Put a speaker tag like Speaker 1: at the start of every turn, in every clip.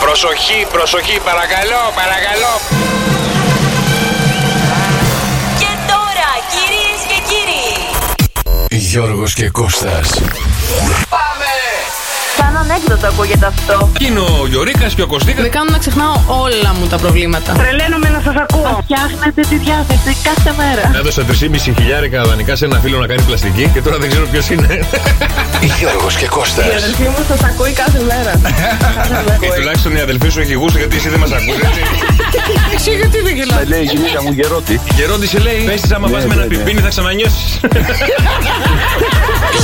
Speaker 1: Προσοχή, προσοχή, παρακαλώ, παρακαλώ.
Speaker 2: Και τώρα, κυρίες και κύριοι,
Speaker 3: Γιώργος και Κώστας.
Speaker 4: Σαν ανέκδοτο ακούγεται αυτό.
Speaker 5: Είναι ο Γιωρίκας και ο Κωστίκας.
Speaker 6: Με κάνουν να ξεχνάω όλα μου τα προβλήματα.
Speaker 4: Τρελαίνομαι να σας ακούω.
Speaker 6: Φτιάχνετε τη διάθεση κάθε μέρα.
Speaker 5: Έδωσα 3,5 χιλιάρικα δανεικά σε ένα φίλο να κάνει πλαστική και τώρα δεν ξέρω ποιος είναι.
Speaker 3: Γιώργος και Κώστας.
Speaker 6: αδερφή μου σας ακούει κάθε μέρα.
Speaker 5: Ε, τουλάχιστον η αδελφή σου έχει γούστο γιατί εσύ δεν μας ακούσει.
Speaker 6: Εσύ γιατί δεν γελάς.
Speaker 7: Λέει η γυναίκα μου γερότη.
Speaker 5: Η Γερόντιση λέει: Πες της, άμα πας με ένα
Speaker 7: ναι, ναι.
Speaker 5: πιπίνι θα ξανανιώσεις.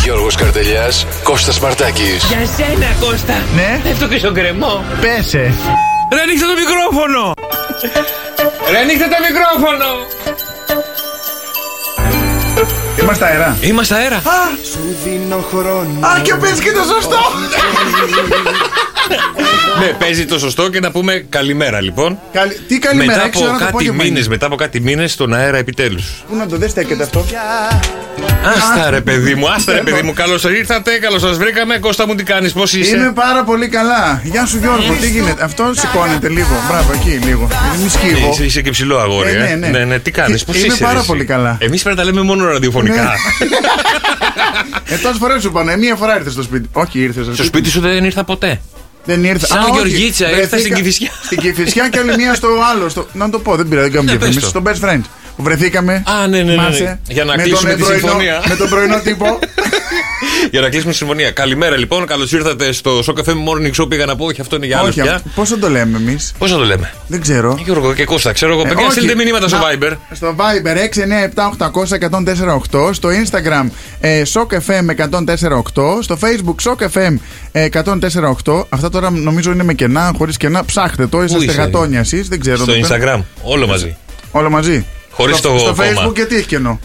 Speaker 3: Γιώργος Καρτελιάς, Κώστας Μαρτάκης.
Speaker 8: Για σένα, Κώστα.
Speaker 9: Ναι,
Speaker 8: Αυτό και στον κρεμό.
Speaker 9: πέσε.
Speaker 5: Ρε ανοίξτε το μικρόφωνο! Ρε ανοίξτε το μικρόφωνο!
Speaker 9: Είμαστε αερά.
Speaker 5: Είμαστε αέρα.
Speaker 9: Α, και πες και το σωστό.
Speaker 5: Ναι, παίζει το σωστό και να πούμε καλημέρα λοιπόν.
Speaker 9: Καλη- Τι καλημέρα,
Speaker 5: μετά
Speaker 9: έξω ώρα
Speaker 5: από
Speaker 9: το
Speaker 5: κάτι
Speaker 9: απόγευμα.
Speaker 5: μήνε,
Speaker 9: είναι.
Speaker 5: μετά από κάτι μήνες στον αέρα επιτέλους.
Speaker 9: Πού να το δες στέκεται αυτό.
Speaker 5: Άστα ρε παιδί μου, άστα ρε παιδί μου. Καλώς ήρθατε, καλώς σας βρήκαμε. Κώστα μου τι κάνεις, πώς
Speaker 9: Είμαι
Speaker 5: είσαι.
Speaker 9: πάρα πολύ καλά. Γεια σου Γιώργο, τι γίνεται. Αυτό σηκώνεται λίγο. Μπράβο, εκεί λίγο. Μη σκύβω.
Speaker 5: Ε, Είσαι, είσαι και ψηλό αγόρι,
Speaker 9: Ε,
Speaker 5: ε.
Speaker 9: ναι, ναι.
Speaker 5: Τι κάνεις, πώς
Speaker 9: Είμαι
Speaker 5: είσαι.
Speaker 9: πάρα
Speaker 5: ρε, εσύ?
Speaker 9: πολύ καλά. Ναι.
Speaker 5: Εμείς πρέπει να τα λέμε μόνο ραδιοφωνικά.
Speaker 9: Ε, τόσες φορές σου είπα, ναι, μία φορά ήρθες στο σπίτι. Όχι, ήρθες στο
Speaker 5: Στο σπίτι σου δεν ήρθα ποτέ.
Speaker 9: Δεν ήρθε.
Speaker 5: Σαν
Speaker 9: Α, όχι.
Speaker 5: Γεωργίτσα, ήρθα
Speaker 9: Βρεθήκα-
Speaker 5: στην Κηφισιά.
Speaker 9: Στην Κηφισιά και άλλη μία στο άλλο. Στο... Να το πω, δεν πειράζει, δεν
Speaker 5: Ναι,
Speaker 9: κάνουμε διαφήμιση.
Speaker 5: πες
Speaker 9: Στο best friend. Που βρεθήκαμε.
Speaker 5: Α, ναι, ναι, ναι, ναι.
Speaker 9: μάσε,
Speaker 5: Για να
Speaker 9: με
Speaker 5: κλείσουμε
Speaker 9: τον
Speaker 5: τη
Speaker 9: πρωινό-
Speaker 5: συμφωνία.
Speaker 9: Με τον πρωινό τύπο.
Speaker 5: Για να κλείσουμε τη συμφωνία. Καλημέρα λοιπόν, καλώς ήρθατε στο Show Cafe Morning Show. Πήγα να πω, όχι, αυτό είναι για άλλο
Speaker 9: Όχι,
Speaker 5: πια.
Speaker 9: πώ θα το λέμε εμείς.
Speaker 5: Πώ θα το λέμε. Ε,
Speaker 9: Δεν ξέρω.
Speaker 5: Γιώργο και Κώστα, ξέρω εγώ.
Speaker 9: Ε,
Speaker 5: Παιδιά,
Speaker 9: όχι.
Speaker 5: στείλτε μηνύματα στο
Speaker 9: Να-
Speaker 5: Viber.
Speaker 9: Στο Viber 697-800-1048. Στο Instagram ε, SockFM1048. Στο Facebook SockFM1048. Αυτά τώρα νομίζω είναι με κενά, χωρίς κενά. Ψάχτε το, είσαστε
Speaker 5: είσαι?
Speaker 9: γατόνια εσείς. Δεν ξέρω.
Speaker 5: Στο
Speaker 9: το πέρα.
Speaker 5: Instagram, όλο μαζί.
Speaker 9: Όλα μαζί.
Speaker 5: Χωρίς
Speaker 9: στο,
Speaker 5: το
Speaker 9: στο
Speaker 5: κόμμα.
Speaker 9: Facebook και τι έχει κενό.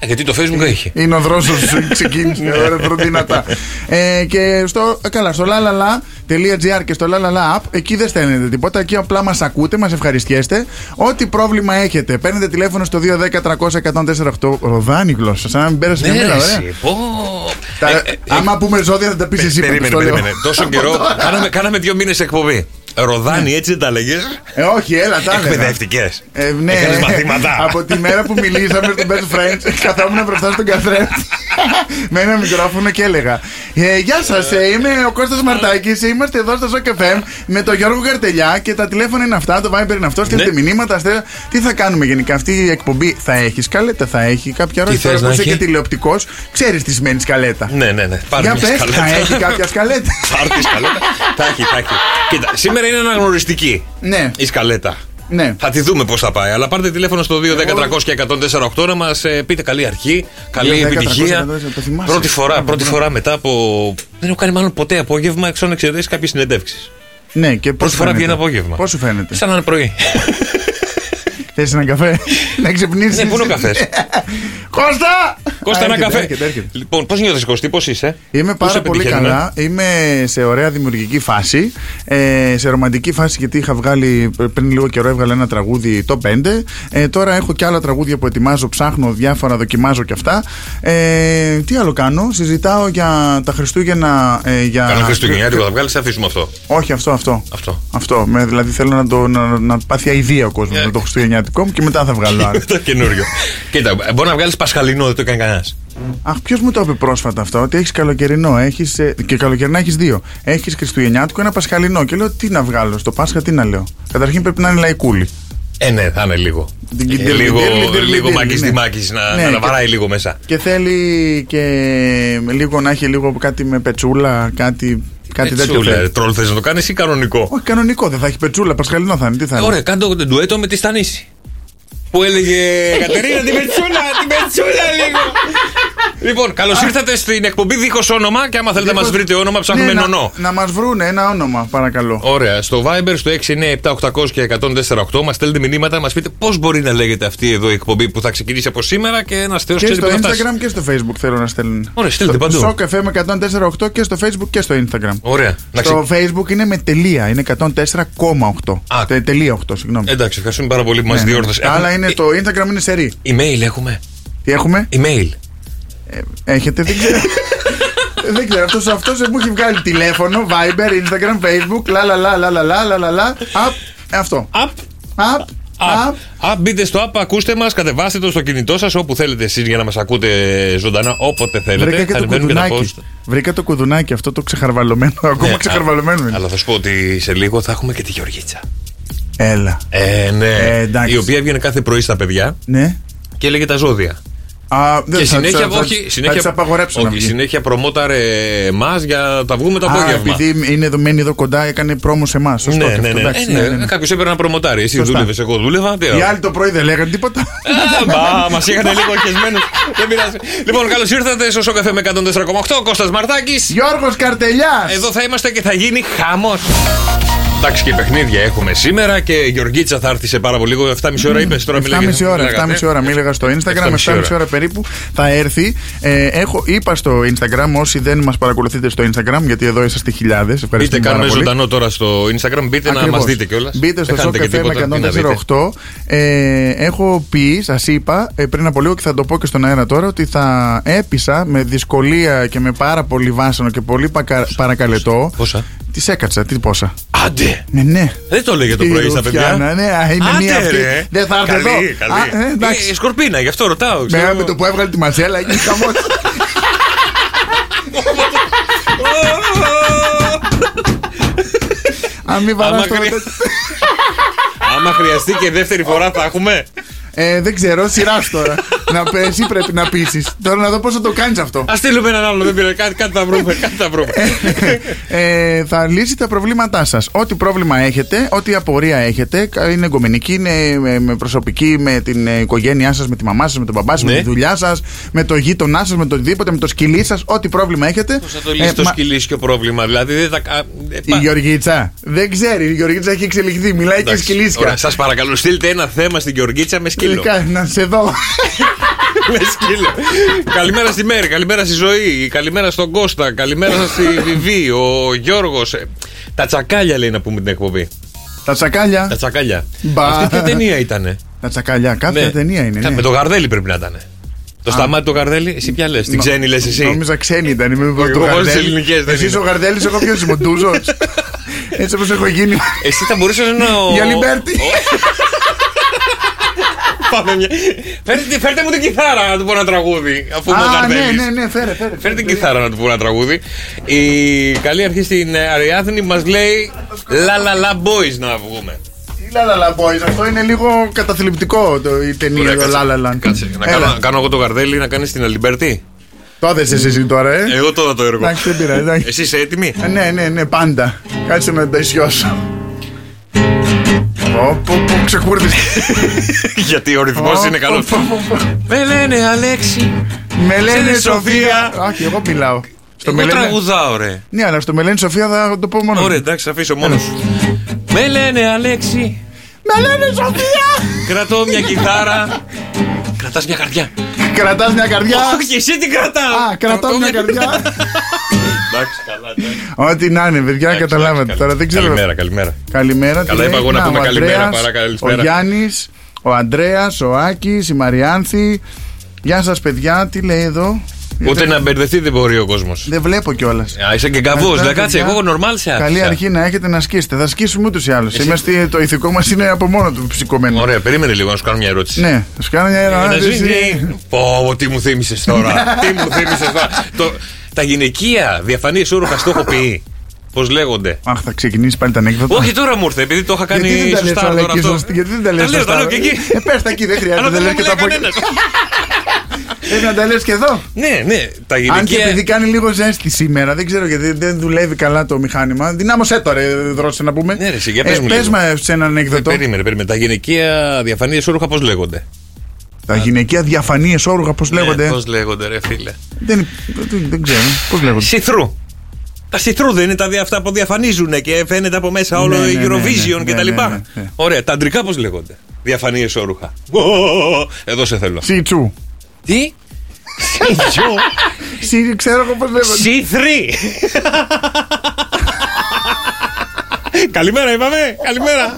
Speaker 5: Ε, Γιατί το Facebook έχει.
Speaker 9: Είναι ο δρόσο που ξεκίνησε.
Speaker 5: Ναι.
Speaker 9: Ωραία, βρω δυνατά. Ε, και στο, ε, καλά, στο lalala.gr και στο lalala app, εκεί δεν στέλνετε τίποτα. Εκεί απλά μας ακούτε, μας ευχαριστιέστε. Ό,τι πρόβλημα έχετε, παίρνετε τηλέφωνο στο 210-300-1048. Ροδάνη γλώσσα, σαν να μην πέρασε μια
Speaker 5: Ναι, ρε,
Speaker 9: μέρα, ωραία.
Speaker 5: εσύ. Πω.
Speaker 9: Τα-
Speaker 5: Ε, ε,
Speaker 9: άμα πούμε ζώδια θα τα πεις εσύ
Speaker 5: Περίμενε,
Speaker 9: πάντως, το λέω.
Speaker 5: περίμενε. Τόσο καιρό. κάναμε, κάναμε δύο μήνες εκπομπή. Ροδάνη, έτσι δεν τα λέγες.
Speaker 9: Ε, όχι, έλα, Ναι. τα έλεγα.
Speaker 5: Εκπαιδευτικές.
Speaker 9: Ε, ναι,
Speaker 5: Έκανες μαθήματα.
Speaker 9: από τη μέρα που μιλήσαμε στο Best Friends, καθόμουν μπροστά στον καθρέφτη με ένα μικρόφωνο και έλεγα «Ε, Γεια σας, είμαι ο Κώστας Μαρτάκης, ε, είμαστε εδώ στο Shock FM με τον Γιώργο Καρτελιά και τα τηλέφωνα είναι αυτά, το Viber είναι αυτό, στείλτε
Speaker 5: Ναι.
Speaker 9: μηνύματα. στέλνετε». Τι θα κάνουμε γενικά, αυτή η εκπομπή θα έχει σκαλέτα, θα έχει κάποια ρόλο.
Speaker 5: θες
Speaker 9: Τώρα
Speaker 5: να
Speaker 9: που είσαι
Speaker 5: έχει?
Speaker 9: και τηλεοπτικός, ξέρεις τι σημαίνει σκαλέτα.
Speaker 5: Ναι, ναι, ναι. Πάρε
Speaker 9: Για
Speaker 5: μια
Speaker 9: πες,
Speaker 5: σκαλέτα.
Speaker 9: θα έχει κάποια σκαλέτα.
Speaker 5: Πάρ' τη σκαλέτα. Τα έχει, τα έχει. Κοίτα, σήμερα είναι αναγνωριστική
Speaker 9: Ναι.
Speaker 5: η σκαλέτα.
Speaker 9: Ναι.
Speaker 5: Θα τη δούμε πώς θα πάει. Αλλά πάρτε τηλέφωνο στο 210 και 148 να μας πείτε καλή αρχή, καλή
Speaker 9: 210-300-1048,
Speaker 5: επιτυχία.
Speaker 9: το θυμάσαι. Ναι,
Speaker 5: Πρώτη φορά,
Speaker 9: Μπράβο,
Speaker 5: πρώτη
Speaker 9: μπράβο.
Speaker 5: φορά μετά από. Δεν έχω κάνει μάλλον ποτέ απόγευμα εξ εξαιρέσεις κάποιες συνεντεύξεις.
Speaker 9: Ναι, και πώς
Speaker 5: Πρώτη
Speaker 9: σου
Speaker 5: φορά
Speaker 9: φαίνεται?
Speaker 5: βγαίνει απόγευμα.
Speaker 9: Πώς σου φαίνεται.
Speaker 5: Σαν να είναι πρωί.
Speaker 9: Θες έναν καφέ, να ξυπνήσεις.
Speaker 5: Ναι, πού είναι ο καφές?
Speaker 9: Κώστα!
Speaker 5: Κώστα,
Speaker 9: Α,
Speaker 5: ένα
Speaker 9: έρχεται,
Speaker 5: καφέ.
Speaker 9: έρχεται, έρχεται.
Speaker 5: Λοιπόν, πώς νιώθεις Κωστή, πώς είσαι.
Speaker 9: Είμαι
Speaker 5: Πού
Speaker 9: πάρα
Speaker 5: σε
Speaker 9: πολύ
Speaker 5: πετυχαίνουμε?
Speaker 9: καλά. Είμαι σε ωραία δημιουργική φάση. Ε, σε ρομαντική φάση, γιατί είχα βγάλει πριν λίγο καιρό, έβγαλα ένα τραγούδι το 5. Ε, τώρα έχω και άλλα τραγούδια που ετοιμάζω, ψάχνω διάφορα, δοκιμάζω και αυτά. Ε, τι άλλο κάνω, συζητάω για τα Χριστούγεννα. Ε, για...
Speaker 5: Καλό Χριστουγεννιάτικο θα βγάλεις, θα αφήσουμε αυτό.
Speaker 9: Όχι, αυτό, αυτό.
Speaker 5: Αυτό.
Speaker 9: Αυτό. Με, δηλαδή θέλω να, το, να, να πάθει αηδία ο κόσμος
Speaker 5: Ε.
Speaker 9: με το Χριστουγεννιάτικό μου και μετά θα βγάλω άλλο.
Speaker 5: Το καινούριο. Κοίτα, μπορεί να βγάλεις Πασχαλινό, δεν το έκανε κανένα.
Speaker 9: Αχ, ποιος μου το είπε πρόσφατα αυτό, ότι έχεις καλοκαιρινό έχεις, ε, και καλοκαιρινά έχεις δύο. Έχεις Χριστουγεννιάτικο, ένα Πασχαλινό. Και λέω τι να βγάλω, στο Πάσχα τι να λέω. Καταρχήν πρέπει να είναι λαϊκούλη.
Speaker 5: Ε, ναι, θα είναι λίγο.
Speaker 9: Την-
Speaker 5: Ε,
Speaker 9: την- την-
Speaker 5: λίγο
Speaker 9: την- την- την-
Speaker 5: λίγο
Speaker 9: την-
Speaker 5: μάκης
Speaker 9: ναι.
Speaker 5: τη μάκη να,
Speaker 9: Ναι,
Speaker 5: να
Speaker 9: και-
Speaker 5: βαράει λίγο μέσα.
Speaker 9: Και θέλει και λίγο να έχει λίγο κάτι με πετσούλα, κάτι, κάτι τέτοιο.
Speaker 5: Πετσούλα, ρε,
Speaker 9: θέλει.
Speaker 5: τρόλ θες να το κάνεις ή κανονικό.
Speaker 9: Όχι, κανονικό δεν θα έχει πετσούλα, Πασχαλινό θα είναι. Τι θα είναι.
Speaker 5: Ωραία, κάνε το ντουέτο με τη Στανίση. Που έλεγε Κατερίνα την πετσούλα, την πετσούλα λίγο. Λοιπόν, καλώς ήρθατε στην εκπομπή δίχως όνομα και άμα θέλετε να μας
Speaker 9: Λοιπόν,
Speaker 5: βρείτε όνομα, ψάχνουμε
Speaker 9: ναι, να-
Speaker 5: νονό.
Speaker 9: Να, μας βρούνε ένα όνομα, παρακαλώ.
Speaker 5: Ωραία. Στο Viber στο 697-800 και 148 μας στέλνετε μηνύματα, μας πείτε πώς μπορεί να λέγεται αυτή εδώ η εκπομπή που θα ξεκινήσει από σήμερα και ένας θεός
Speaker 9: Και
Speaker 5: ξέρει
Speaker 9: στο
Speaker 5: πού θα φτάσει.
Speaker 9: Instagram και στο Facebook θέλω να στέλνουν.
Speaker 5: Ωραία, στείλτε παντού.
Speaker 9: Στο Shock FM 104.8 και στο Facebook και στο Instagram.
Speaker 5: Ωραία. Να ξε-
Speaker 9: Στο Facebook είναι με τελεία, είναι 104,8.
Speaker 5: Α.
Speaker 9: Τε- Τελεία 8, συγγνώμη.
Speaker 5: Εντάξει, ευχαριστούμε πάρα πολύ που μας
Speaker 9: Ναι, ναι.
Speaker 5: διόρθωσε. Ε,
Speaker 9: Τα άλλα
Speaker 5: Έχουμε-
Speaker 9: είναι το Instagram είναι σερή.
Speaker 5: Email έχουμε.
Speaker 9: Τι έχουμε,
Speaker 5: Email.
Speaker 9: έχετε, δεν ξέρω. Δεν ξέρω, αυτός, αυτός μου έχει βγάλει τηλέφωνο, Viber, Instagram, Facebook, λα λα λα λα λα λα λα λα λα. Απ, ε, αυτό.
Speaker 5: Απ,
Speaker 9: Απ,
Speaker 5: Απ.
Speaker 9: απ.
Speaker 5: Απ, μπείτε στο app, ακούστε μας, κατεβάστε το στο κινητό σας όπου θέλετε εσείς για να μας ακούτε ζωντανά όποτε θέλετε.
Speaker 9: Βρήκα και το
Speaker 5: ανεβαίνουν
Speaker 9: κουδουνάκι.
Speaker 5: post.
Speaker 9: Βρήκα το κουδουνάκι αυτό το ξεχαρβαλωμένο.
Speaker 5: Ναι,
Speaker 9: Ακόμα ξεχαρβαλωμένο
Speaker 5: α-
Speaker 9: είναι.
Speaker 5: Αλλά θα σου πω ότι σε λίγο θα έχουμε και τη Γεωργίτσα.
Speaker 9: Έλα.
Speaker 5: Ε, ναι.
Speaker 9: Ε, εντάξει.
Speaker 5: η οποία έβγαινε κάθε πρωί στα παιδιά
Speaker 9: Ναι.
Speaker 5: και έλεγε τα ζώδια.
Speaker 9: Α, δεν
Speaker 5: και
Speaker 9: θα-
Speaker 5: συνέχεια,
Speaker 9: θα- θα-
Speaker 5: όχι,
Speaker 9: Θα
Speaker 5: συνέχεια,
Speaker 9: τις απαγορέψω να
Speaker 5: όχι,
Speaker 9: βγει.
Speaker 5: συνέχεια προμόταρε εμάς για να τα βγούμε το
Speaker 9: Α,
Speaker 5: απόγευμα.
Speaker 9: επειδή είναι δομένη εδώ κοντά, έκανε πρόμο σε εμάς.
Speaker 5: Ναι, ναι, ναι. Ε, ναι, Κάποιος έπρεπε να προμοτάρει. Εσύ
Speaker 9: Σωστά.
Speaker 5: δούλευες, εγώ δούλευα. τι
Speaker 9: Οι
Speaker 5: άλλο.
Speaker 9: άλλοι το πρωί δεν λέγανε τίποτα.
Speaker 5: Α, Μπα, μας είχατε λίγο αρχισμένου. Δεν πειράζει. Λοιπόν, καλώς ήρθατε στο Σοκαφέ με 104,8. Κώστας Μαρτάκης
Speaker 9: Γιώργος Καρτελιάς
Speaker 5: Εδώ θα είμαστε και θα γίνει χαμός. Εντάξει και παιχνίδια έχουμε σήμερα και η Γεωργίτσα θα έρθει σε πάρα πολύ λίγο. 7,5 ώρα είπες τώρα
Speaker 9: 7,5 ώρα, 7,5
Speaker 5: μιλάγατε.
Speaker 9: ώρα μίλαγα στο Instagram,
Speaker 5: 7,5
Speaker 9: 7,5 ώρα περίπου θα έρθει. Ε, έχω, είπα στο Instagram, όσοι δεν μας παρακολουθείτε στο Instagram, γιατί εδώ είσαστε χιλιάδες.
Speaker 5: Μπείτε,
Speaker 9: Ευχαριστούμε πάρα
Speaker 5: κάνουμε
Speaker 9: πολύ.
Speaker 5: ζωντανό τώρα στο Instagram. Μπείτε να
Speaker 9: Ακριβώς.
Speaker 5: μας δείτε κιόλας.
Speaker 9: Μπείτε στο σοκαφέ με 148. Ε, έχω πει, σας είπα ε, πριν από λίγο και θα το πω και στον αέρα τώρα, ότι θα έπεισα με δυσκολία και με πάρα πολύ βάσανο και πολύ πακα- παρακαλετό.
Speaker 5: Πόσα?
Speaker 9: Τη έκατσα, τι πόσα.
Speaker 5: Άντε!
Speaker 9: Ναι, ναι.
Speaker 5: Δεν το λέγε Ε, το πρωί στα
Speaker 9: Η Ρουφιάνα,
Speaker 5: παιδιά.
Speaker 9: ναι, α, είναι μία αυτή.
Speaker 5: ρε.
Speaker 9: Δεν θα έρθει
Speaker 5: Καλή,
Speaker 9: εδώ.
Speaker 5: καλή.
Speaker 9: Α, ε, εντάξει.
Speaker 5: Ε, σκορπίνα, γι' αυτό ρωτάω. ξέρω.
Speaker 9: Με, με το που έβγαλε τη μαζέλα έγινε χαμός Αν μην βαράς
Speaker 5: Άμα
Speaker 9: το
Speaker 5: χρει- Άμα χρειαστεί και δεύτερη φορά θα έχουμε.
Speaker 9: ε, Δεν ξέρω, σειράς τώρα να, πε- Εσύ πρέπει να πείσεις Τώρα να δω πώς θα το κάνεις αυτό
Speaker 5: Ας στείλουμε έναν άλλο, δεν πειράζει. Κάτι, κάτι θα βρούμε. Κάτι θα βρούμε.
Speaker 9: ε, θα λύσει τα προβλήματά σας Ό,τι πρόβλημα έχετε, ό,τι απορία έχετε κα- Είναι εγκομενική, είναι ε, με προσωπική Με την ε, οικογένειά σας, με τη μαμά σας, με τον παπά σας
Speaker 5: Ναι.
Speaker 9: Με τη δουλειά σας, με το γείτονά σας Με το οτιδήποτε, με το σκυλί σας, ό,τι πρόβλημα έχετε
Speaker 5: Πώ θα το λύσει το
Speaker 9: Ε, μα-
Speaker 5: σκυλίσιο πρόβλημα, δηλαδή. Δεν τα... α, ε,
Speaker 9: Η
Speaker 5: πα-
Speaker 9: Γεωργίτσα. Δεν ξέρει. Η Γεωργίτσα έχει εξελιχθεί. Μιλάει και
Speaker 5: Εντάξει,
Speaker 9: σκυλίσια.
Speaker 5: Ωραία, σας παρακαλώ, στείλτε ένα θέμα στην Γεωργίτσα με σκύλο.
Speaker 9: Τελικά, να σε δω.
Speaker 5: με σκύλο. καλημέρα στη Μέρη, καλημέρα στη Ζωή, καλημέρα στον Κώστα, καλημέρα στη Βιβί, ο Γιώργος. Τα τσακάλια λέει να πούμε την εκπομπή.
Speaker 9: Τα
Speaker 5: Τα
Speaker 9: τσακάλια.
Speaker 5: τσακάλια.
Speaker 9: Μπα.
Speaker 5: Αυτή ποια ταινία ήτανε.
Speaker 9: Τα τσακάλια. Κάποια ταινία είναι. ναι.
Speaker 5: Με το γαρδέλι πρέπει να ήταν. Το σταμάτη το γαρδέλι, εσύ ποια λες. Την
Speaker 9: Νο-
Speaker 5: ξένη λες εσύ.
Speaker 9: Νόμιζα ξένη ήταν. Είμαι με
Speaker 5: Εγώ
Speaker 9: το
Speaker 5: όλες τις
Speaker 9: Γαρδέλη.
Speaker 5: ελληνικές δεν
Speaker 9: Εσύ
Speaker 5: είναι.
Speaker 9: ο Γαρδέλης, εγώ ποιος είμαι. ο Ντούζος. Έτσι όπως έχω γίνει.
Speaker 5: Εσύ θα μπορούσες να. ο-
Speaker 9: Για Λιμπέρτη.
Speaker 5: Πάμε μια. Φέρτε, φέρτε μου την κιθάρα να του πω ένα τραγούδι. Αφού είμαι ο
Speaker 9: Α, ναι,
Speaker 5: Γαρδέλης.
Speaker 9: ναι, ναι, φέρε, φέρε.
Speaker 5: Φέρτε την κιθάρα να του πω ένα τραγούδι. Η καλή αρχή στην ε, Αριάθνη μας λέει Λα λα λα boys να βγούμε.
Speaker 9: Τι Λαλαλα Boys, αυτό είναι λίγο καταθλιπτικό το, η ταινία.
Speaker 5: Ωραία,
Speaker 9: Το
Speaker 5: κάτσε.
Speaker 9: Λαλαλα.
Speaker 5: Κάτσε. Να κάνω, κάνω εγώ το γαρδέλι να κάνεις την Αλιμπερτή.
Speaker 9: Το έδεσες εσύ τώρα, ε.
Speaker 5: Εγώ τώρα το έργο.
Speaker 9: Εντάξει, δεν πειράζει. εντάξει.
Speaker 5: Εσύ είσαι έτοιμη.
Speaker 9: Ε, Ναι, ναι, ναι, πάντα. Κάτσε να τα ισιώσω. Όπου που ξεκούρδισε.
Speaker 5: Γιατί ο ρυθμός είναι καλό.
Speaker 9: Πω, πω, πω, πω.
Speaker 5: Με λένε Αλέξη.
Speaker 9: Με λένε
Speaker 5: Ξέρεις,
Speaker 9: Σοφία.
Speaker 5: Σοφία.
Speaker 9: Όχι, εγώ μιλάω. Στο
Speaker 5: Εγώ
Speaker 9: με λένε...
Speaker 5: τραγουδάω, ρε.
Speaker 9: Ναι, αλλά στο με λένε Σοφία θα το πω μόνος.
Speaker 5: Ωραία, εντάξει, αφήσω μόνος σου. Με λένε Αλέξη.
Speaker 9: Με λένε Σοφία!
Speaker 5: Κρατώ μια κιθάρα. Κρατάς μια καρδιά.
Speaker 9: Κρατάς μια καρδιά.
Speaker 5: Όχι, εσύ την κρατάω.
Speaker 9: Α, κρατάω μια καρδιά.
Speaker 5: Εντάξει, καλά. εντάξει.
Speaker 9: Ό,τι να είναι, παιδιά, καταλάβατε.
Speaker 5: Καλη-
Speaker 9: Τώρα δεν ξέρω.
Speaker 5: Καλημέρα, καλημέρα.
Speaker 9: Καλημέρα. τι
Speaker 5: Καλά
Speaker 9: λέει.
Speaker 5: είπα εγώ να πούμε
Speaker 9: ο
Speaker 5: καλημέρα,
Speaker 9: Ανδρέας,
Speaker 5: παρά
Speaker 9: Ο
Speaker 5: καλησπέρα.
Speaker 9: Γιάννης, ο Ανδρέας, ο Άκης, η Μαριάνθη. Γεια σας παιδιά, τι λέει εδώ.
Speaker 5: Ούτε να μπερδευτεί δεν μπορεί ο κόσμος.
Speaker 9: Δεν βλέπω κιόλας.
Speaker 5: Α, είσαι και καβό. Δηλαδή, κάτσε, εγώ νορμάλ σε
Speaker 9: Καλή
Speaker 5: άφησα.
Speaker 9: αρχή να έχετε να σκίσετε. Θα σκίσουμε ούτως ή άλλως. Είμαστε, το ηθικό μας είναι από μόνο του ψυχομένο.
Speaker 5: Ωραία, Ε, περίμενε λίγο να σου κάνω μια ερώτηση.
Speaker 9: Ναι, θα σου κάνω μια ερώτηση.
Speaker 5: ε, Πω, τι μου θύμισες
Speaker 9: Ναι.
Speaker 5: τώρα. Τι μου θύμισες τώρα. Το- Τα γυναικεία διαφανής όρουχα το έχω πει. Πώς λέγονται.
Speaker 9: Αχ, θα ξεκινήσει πάλι τα ανέκδοτα.
Speaker 5: Όχι τώρα μου ήρθε, επειδή το είχα κάνει
Speaker 9: γιατί δεν τα λες
Speaker 5: σωστά
Speaker 9: όλα
Speaker 5: τώρα
Speaker 9: εκεί,
Speaker 5: αυτό.
Speaker 9: σωστά, γιατί δεν τα λες
Speaker 5: λέω, τα λέω
Speaker 9: σωστά.
Speaker 5: και εκεί.
Speaker 9: Ε, πες τα εκεί, δεν χρειάζεται,
Speaker 5: Αλλά
Speaker 9: δεν λες και
Speaker 5: μου
Speaker 9: τα
Speaker 5: λέει
Speaker 9: από εκεί.
Speaker 5: κανένας.
Speaker 9: Πρέπει να τα λες και εδώ.
Speaker 5: Ναι, ναι, τα
Speaker 9: Αν και επειδή
Speaker 5: γυναικεία.
Speaker 9: κάνει λίγο ζέστη σήμερα, δεν ξέρω γιατί δεν δουλεύει καλά το μηχάνημα. Δυνάμωσέ το ρε, ε, δρόσε να πούμε. Ε,
Speaker 5: Ναι, ρε, εσύ, για πες μου
Speaker 9: πες
Speaker 5: λίγο. Ε,
Speaker 9: μας σε ένα ανέκδοτο.
Speaker 5: Περίμενε, περίμενε. Τα γυναικεία διαφανής όρουχα πώς λέγονται.
Speaker 9: Τα γυναικεία διαφανεί όρουγα,
Speaker 5: Ναι,
Speaker 9: πώ λέγονται.
Speaker 5: Πώς Ε, λέγονται, ρε φίλε.
Speaker 9: Δεν, δεν- δεν ξέρω, πώς λέγονται.
Speaker 5: Σιθρού. Τα σιθρού δεν είναι τα δι- αυτά που διαφανίζουν και φαίνεται από μέσα όλο
Speaker 9: Ναι,
Speaker 5: η
Speaker 9: ναι, ναι,
Speaker 5: Eurovision
Speaker 9: ναι,
Speaker 5: και τα
Speaker 9: ναι,
Speaker 5: λοιπά.
Speaker 9: ναι, ναι.
Speaker 5: Ωραία, τα αντρικά πώς λέγονται. Διαφανεί όρουχα. Εδώ σε θέλω.
Speaker 9: Σιτσού.
Speaker 5: Τι?
Speaker 9: Σι- Ξέρω εγώ πώς λέγονται.
Speaker 5: Σιθρή. Καλημέρα, είπαμε. Καλημέρα.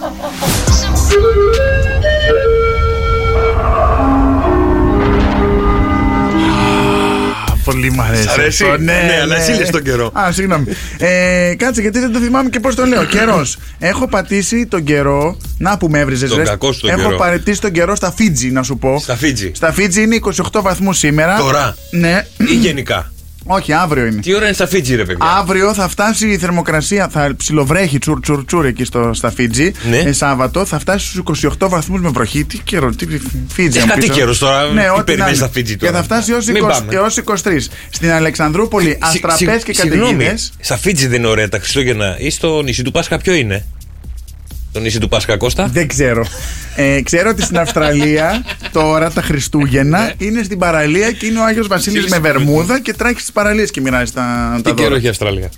Speaker 9: Πολύ μ' αρέσει.
Speaker 5: Σ' αρέσει?
Speaker 9: αυτό. Ναι,
Speaker 5: Ναι, αλλά εσύ λες τον καιρό.
Speaker 9: Α, συγγνώμη. Ε, κάτσε, γιατί δεν το θυμάμαι και πώς το λέω. καιρός. Έχω πατήσει τον καιρό. Να που με έβριζες,
Speaker 5: Τον κακό σου τον
Speaker 9: Έχω
Speaker 5: καιρό.
Speaker 9: πατήσει τον καιρό στα Φίτζι, να σου πω.
Speaker 5: Στα Φίτζι.
Speaker 9: Στα Φίτζι είναι 28 βαθμούς σήμερα.
Speaker 5: Τώρα.
Speaker 9: Ναι.
Speaker 5: Ή γενικά.
Speaker 9: Όχι, αύριο είναι.
Speaker 5: Τι ώρα είναι στα Φίτζι, ρε παιδιά.
Speaker 9: Αύριο θα φτάσει η θερμοκρασία, θα ψιλοβρέχει τσουρ τσουρ τσουρ εκεί στο, στα Φίτζι.
Speaker 5: Ναι.
Speaker 9: Ε, Σάββατο θα φτάσει στους 28 βαθμούς με βροχή. Τι καιρό, τι Φίτζι.
Speaker 5: Ε,
Speaker 9: αν
Speaker 5: κάτι
Speaker 9: πεις, ε.
Speaker 5: καιρός τώρα, τι
Speaker 9: ό,τι
Speaker 5: περιμένεις
Speaker 9: να είναι.
Speaker 5: στα Φίτζι τώρα.
Speaker 9: Και θα φτάσει έω
Speaker 5: Μην πάμε.
Speaker 9: 23. Στην Αλεξανδρούπολη
Speaker 5: Συ-
Speaker 9: αστραπέ
Speaker 5: συ-
Speaker 9: και
Speaker 5: συγγνώμη,
Speaker 9: καταιγίδες.
Speaker 5: Στα Φίτζι δεν είναι ωραία τα Χριστούγεννα. Ή στο νησί του Πάσχα, ποιο είναι. Το νησί του Πάσχα, Κώστα.
Speaker 9: Δεν ξέρω. Ε, ξέρω ότι στην Αυστραλία τώρα τα
Speaker 5: Ναι.
Speaker 9: Χριστούγεννα είναι στην παραλία και είναι ο Άγιος Βασίλης με βερμούδα και τρέχει στις παραλίες και μοιράζει τα, τα
Speaker 5: Τι καιρό
Speaker 9: δώρα.
Speaker 5: έχει η Αυστραλία.